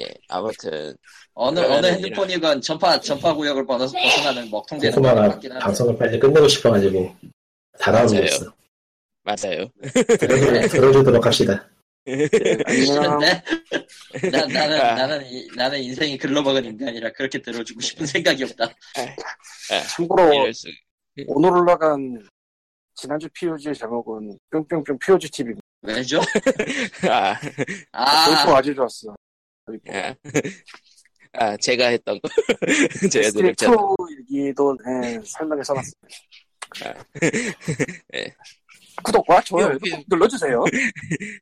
[SPEAKER 1] 예. 아무튼
[SPEAKER 2] 어느
[SPEAKER 1] 그러면은
[SPEAKER 2] 어느 핸드폰이건 전파 전파 구역을 벗어- 벗어나는
[SPEAKER 1] 네,
[SPEAKER 2] 먹통되는 것
[SPEAKER 3] 고구마가
[SPEAKER 2] 같긴 한데
[SPEAKER 3] 방송을 빨리 끝내고 싶어가지고, 다가오고
[SPEAKER 1] 맞아요.
[SPEAKER 3] 있어.
[SPEAKER 1] 맞아요.
[SPEAKER 3] 들어주- 들어주도록 합시다.
[SPEAKER 4] 안녕.
[SPEAKER 2] 싫은데 나, 나는 나는
[SPEAKER 4] 아.
[SPEAKER 2] 이- 나는 인생이 글러먹은 인간이라 그렇게 들어주고 싶은
[SPEAKER 4] 네.
[SPEAKER 2] 생각이 없다.
[SPEAKER 4] 참고로
[SPEAKER 2] 네.
[SPEAKER 1] 이럴 수.
[SPEAKER 4] 오늘 올라간 지난주 POG 의 제목은 뿅뿅뿅 POG TV입니다.
[SPEAKER 2] 왜죠?
[SPEAKER 1] 아,
[SPEAKER 2] 아
[SPEAKER 4] 골프 아주 좋았어. 그리고
[SPEAKER 1] 아. 아, 제가 했던 거. [LAUGHS]
[SPEAKER 2] 네,
[SPEAKER 1] 제가
[SPEAKER 4] 스트리
[SPEAKER 1] 노력자.
[SPEAKER 4] 프로 얘기도 네, 설명에 써놨습니다.
[SPEAKER 2] 네.
[SPEAKER 1] 예.
[SPEAKER 4] 구독과 좋아요
[SPEAKER 1] 뿅, 뿅.
[SPEAKER 4] 눌러주세요.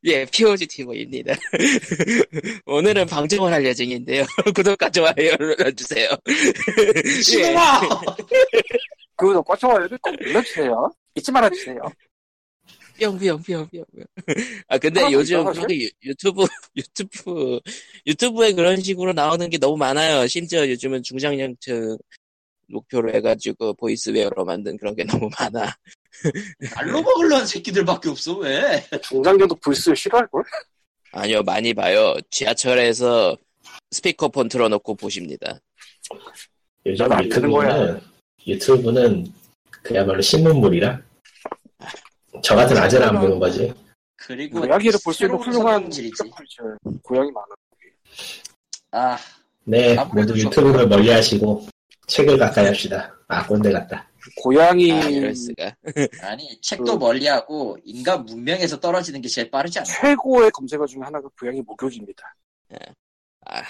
[SPEAKER 1] 예, POG 티모입니다. [LAUGHS] 오늘은 방송을 할 예정인데요. [LAUGHS] 구독과 좋아요 눌러주세요. 예.
[SPEAKER 2] 신호아
[SPEAKER 4] 구독과 좋아요를 꼭 눌러주세요. 잊지 말아주세요.
[SPEAKER 1] 뿅뿅뿅뿅. 아 근데
[SPEAKER 4] 하나도
[SPEAKER 1] 요즘
[SPEAKER 4] 이상하게?
[SPEAKER 1] 그렇게 유- 유튜브 [LAUGHS] 유튜브 유튜브에 그런 식으로 나오는 게 너무 많아요. 심지어 요즘은 중장년층 목표로 해가지고 보이스웨어로 만든 그런 게 너무 많아.
[SPEAKER 4] 예.
[SPEAKER 2] 날로 먹으려는 새끼들밖에 없어 왜?
[SPEAKER 4] 중장년도 불스 싫어할걸?
[SPEAKER 1] 아니요, 많이 봐요. 지하철에서 스피커폰 틀어놓고 보십니다.
[SPEAKER 3] 요즘
[SPEAKER 4] 나도 안 되는
[SPEAKER 3] 유튜브는 유튜브는 그야말로 신문물이라 저 같은 아재는 안 보는 거지.
[SPEAKER 2] 그리고
[SPEAKER 4] 뭐, 고양이를 볼 수 있는
[SPEAKER 2] 뭐, 새로운
[SPEAKER 4] 훌륭한
[SPEAKER 2] 성질이지.
[SPEAKER 4] 콘텐츠를 고양이 많아.
[SPEAKER 2] 아
[SPEAKER 3] 네,
[SPEAKER 2] 아무래도
[SPEAKER 3] 모두
[SPEAKER 2] 저-
[SPEAKER 3] 유튜브를 멀리하시고 책을 가까이 합시다. 아 꼰대 같다.
[SPEAKER 4] 고양이
[SPEAKER 1] 아, 이럴 수가.
[SPEAKER 2] 아니 책도
[SPEAKER 4] 그
[SPEAKER 2] 멀리하고 인간 문명에서 떨어지는 게 제일 빠르지 않아?
[SPEAKER 4] 최고의 검색어 중에 하나가 고양이 목욕입니다.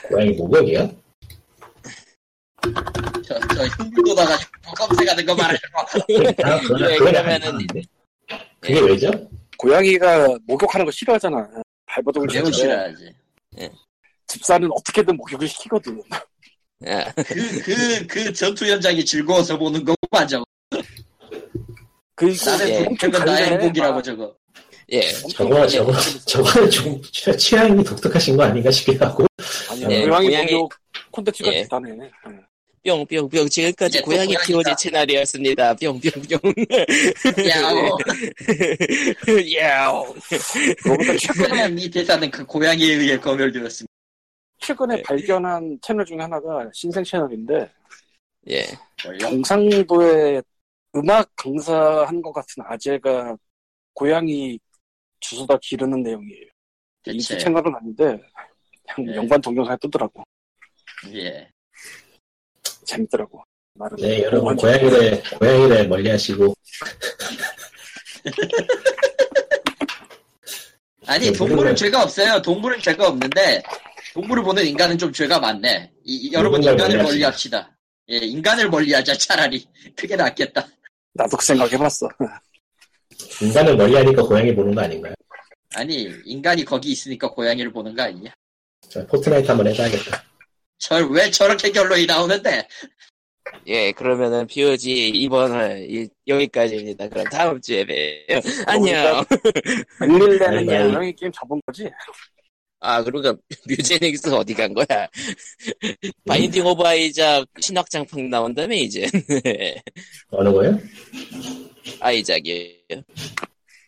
[SPEAKER 3] 고양이 목욕이요?
[SPEAKER 2] 저, 저 흉물 돋아가지고 검색하는 거 말하지 마.
[SPEAKER 3] 아, 그건-
[SPEAKER 1] 예,
[SPEAKER 3] 그건
[SPEAKER 1] 그러면은-
[SPEAKER 3] 아니야. 그게 왜죠?
[SPEAKER 4] 고양이가 목욕하는 거 싫어하잖아. 발버둥을
[SPEAKER 2] 매우
[SPEAKER 4] 치는데
[SPEAKER 2] 싫어하지.
[SPEAKER 4] 집사는 어떻게든 목욕을 시키거든.
[SPEAKER 1] 아,
[SPEAKER 2] 그, 그, 그 전투 현장이 즐거워서 보는 거 맞아.
[SPEAKER 4] 그리고
[SPEAKER 2] 나는
[SPEAKER 1] 예.
[SPEAKER 2] 그건 나의 행복이라고
[SPEAKER 4] [LAUGHS]
[SPEAKER 2] 저거.
[SPEAKER 1] 예.
[SPEAKER 4] 네.
[SPEAKER 3] 저거 저거 저거는 좀 취- 취향이 독특하신 거 아닌가 싶기도 하고.
[SPEAKER 4] 아니요
[SPEAKER 2] 네,
[SPEAKER 1] 예,
[SPEAKER 4] 고양이
[SPEAKER 1] 고양이-
[SPEAKER 4] 목욕 콘텐츠가
[SPEAKER 1] 예.
[SPEAKER 4] 비슷하네. 응.
[SPEAKER 1] 뿅뿅뿅 지금까지
[SPEAKER 2] 이제 또
[SPEAKER 1] 예, 고양이
[SPEAKER 2] 고양이다.
[SPEAKER 1] 키워지 채널이었습니다. 뿅뿅뿅. [LAUGHS]
[SPEAKER 4] 예.
[SPEAKER 2] 야, 어,
[SPEAKER 1] 야옹.
[SPEAKER 2] [LAUGHS]
[SPEAKER 4] 그거보다 최근에
[SPEAKER 2] 그냥 이 대사는 그 고양이에 의해 검열되었습니다.
[SPEAKER 4] 최근에
[SPEAKER 1] 예.
[SPEAKER 4] 발견한 채널 중에 하나가 신생 채널인데
[SPEAKER 1] 예.
[SPEAKER 2] 원래
[SPEAKER 4] 경상도에 음악 강사한 것 같은 아재가 고양이 주워다 기르는 내용이에요. 인기
[SPEAKER 2] 대체.
[SPEAKER 4] 채널은 아닌데 그냥
[SPEAKER 2] 예.
[SPEAKER 4] 연관 동영상에 뜨더라고.
[SPEAKER 2] 예.
[SPEAKER 4] 재밌더라고. 나름.
[SPEAKER 3] 네, 여러분 고양이를 고양이를 멀리하시고 네,
[SPEAKER 2] 아니, 동물은 죄가 없어요. 동물은 죄가 없는데, 동물을 보는 인간은 좀 죄가 많네. 이- 이- 여러분,
[SPEAKER 3] 인간을
[SPEAKER 2] 인간을
[SPEAKER 3] 멀리
[SPEAKER 2] 멀리 합시다. 예, 인간을 멀리 하자, 차라리. [LAUGHS] 그게 낫겠다.
[SPEAKER 4] [LAUGHS] 나도 그 생각해봤어.
[SPEAKER 3] 인간을 멀리하니까 고양이 보는 거 아닌가요?
[SPEAKER 2] 아니, 인간이 거기 있으니까 고양이를 보는 거 아니냐?
[SPEAKER 3] 저 포트나이트 한번 해봐야겠다.
[SPEAKER 2] 절, 왜 저렇게 결론이 나오는데?
[SPEAKER 1] 예, 그러면은 POG 2번은 여기까지입니다. 그럼 다음 주에 봬요. 안녕.
[SPEAKER 4] 백릴레는
[SPEAKER 3] [LAUGHS] 아니야.
[SPEAKER 4] 고양이 게임 접은 거지?
[SPEAKER 1] 아, 그러니까 뮤제닉스 어디 간 거야? 바인딩 오브 아이작 신학장판 나온다며 이제. [LAUGHS]
[SPEAKER 3] 어느 거요?
[SPEAKER 1] 아이작이에요.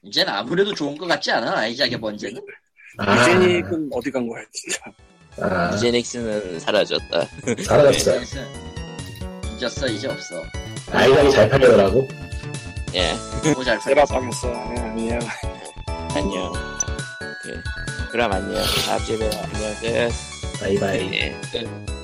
[SPEAKER 2] 이젠 아무래도 좋은 것 같지 않아? 아이작의 번제는?
[SPEAKER 3] 아,
[SPEAKER 4] 유제닉은 어디 간 거야 진짜.
[SPEAKER 3] 아
[SPEAKER 1] 뮤제닉스는 사라졌다.
[SPEAKER 3] 사라졌어요.
[SPEAKER 2] 잊었어, 이제 없어.
[SPEAKER 3] 아이작이 잘 팔리더라고.
[SPEAKER 1] 예.
[SPEAKER 2] 너무 잘 팔렸어.
[SPEAKER 4] 내가 당했어. 예, 아니야.
[SPEAKER 1] 안녕. 네. 오케이. 그럼 안녕. 다음 주에 봬요. 안녕. 끝.
[SPEAKER 3] 바이바이.
[SPEAKER 1] 예. 끝.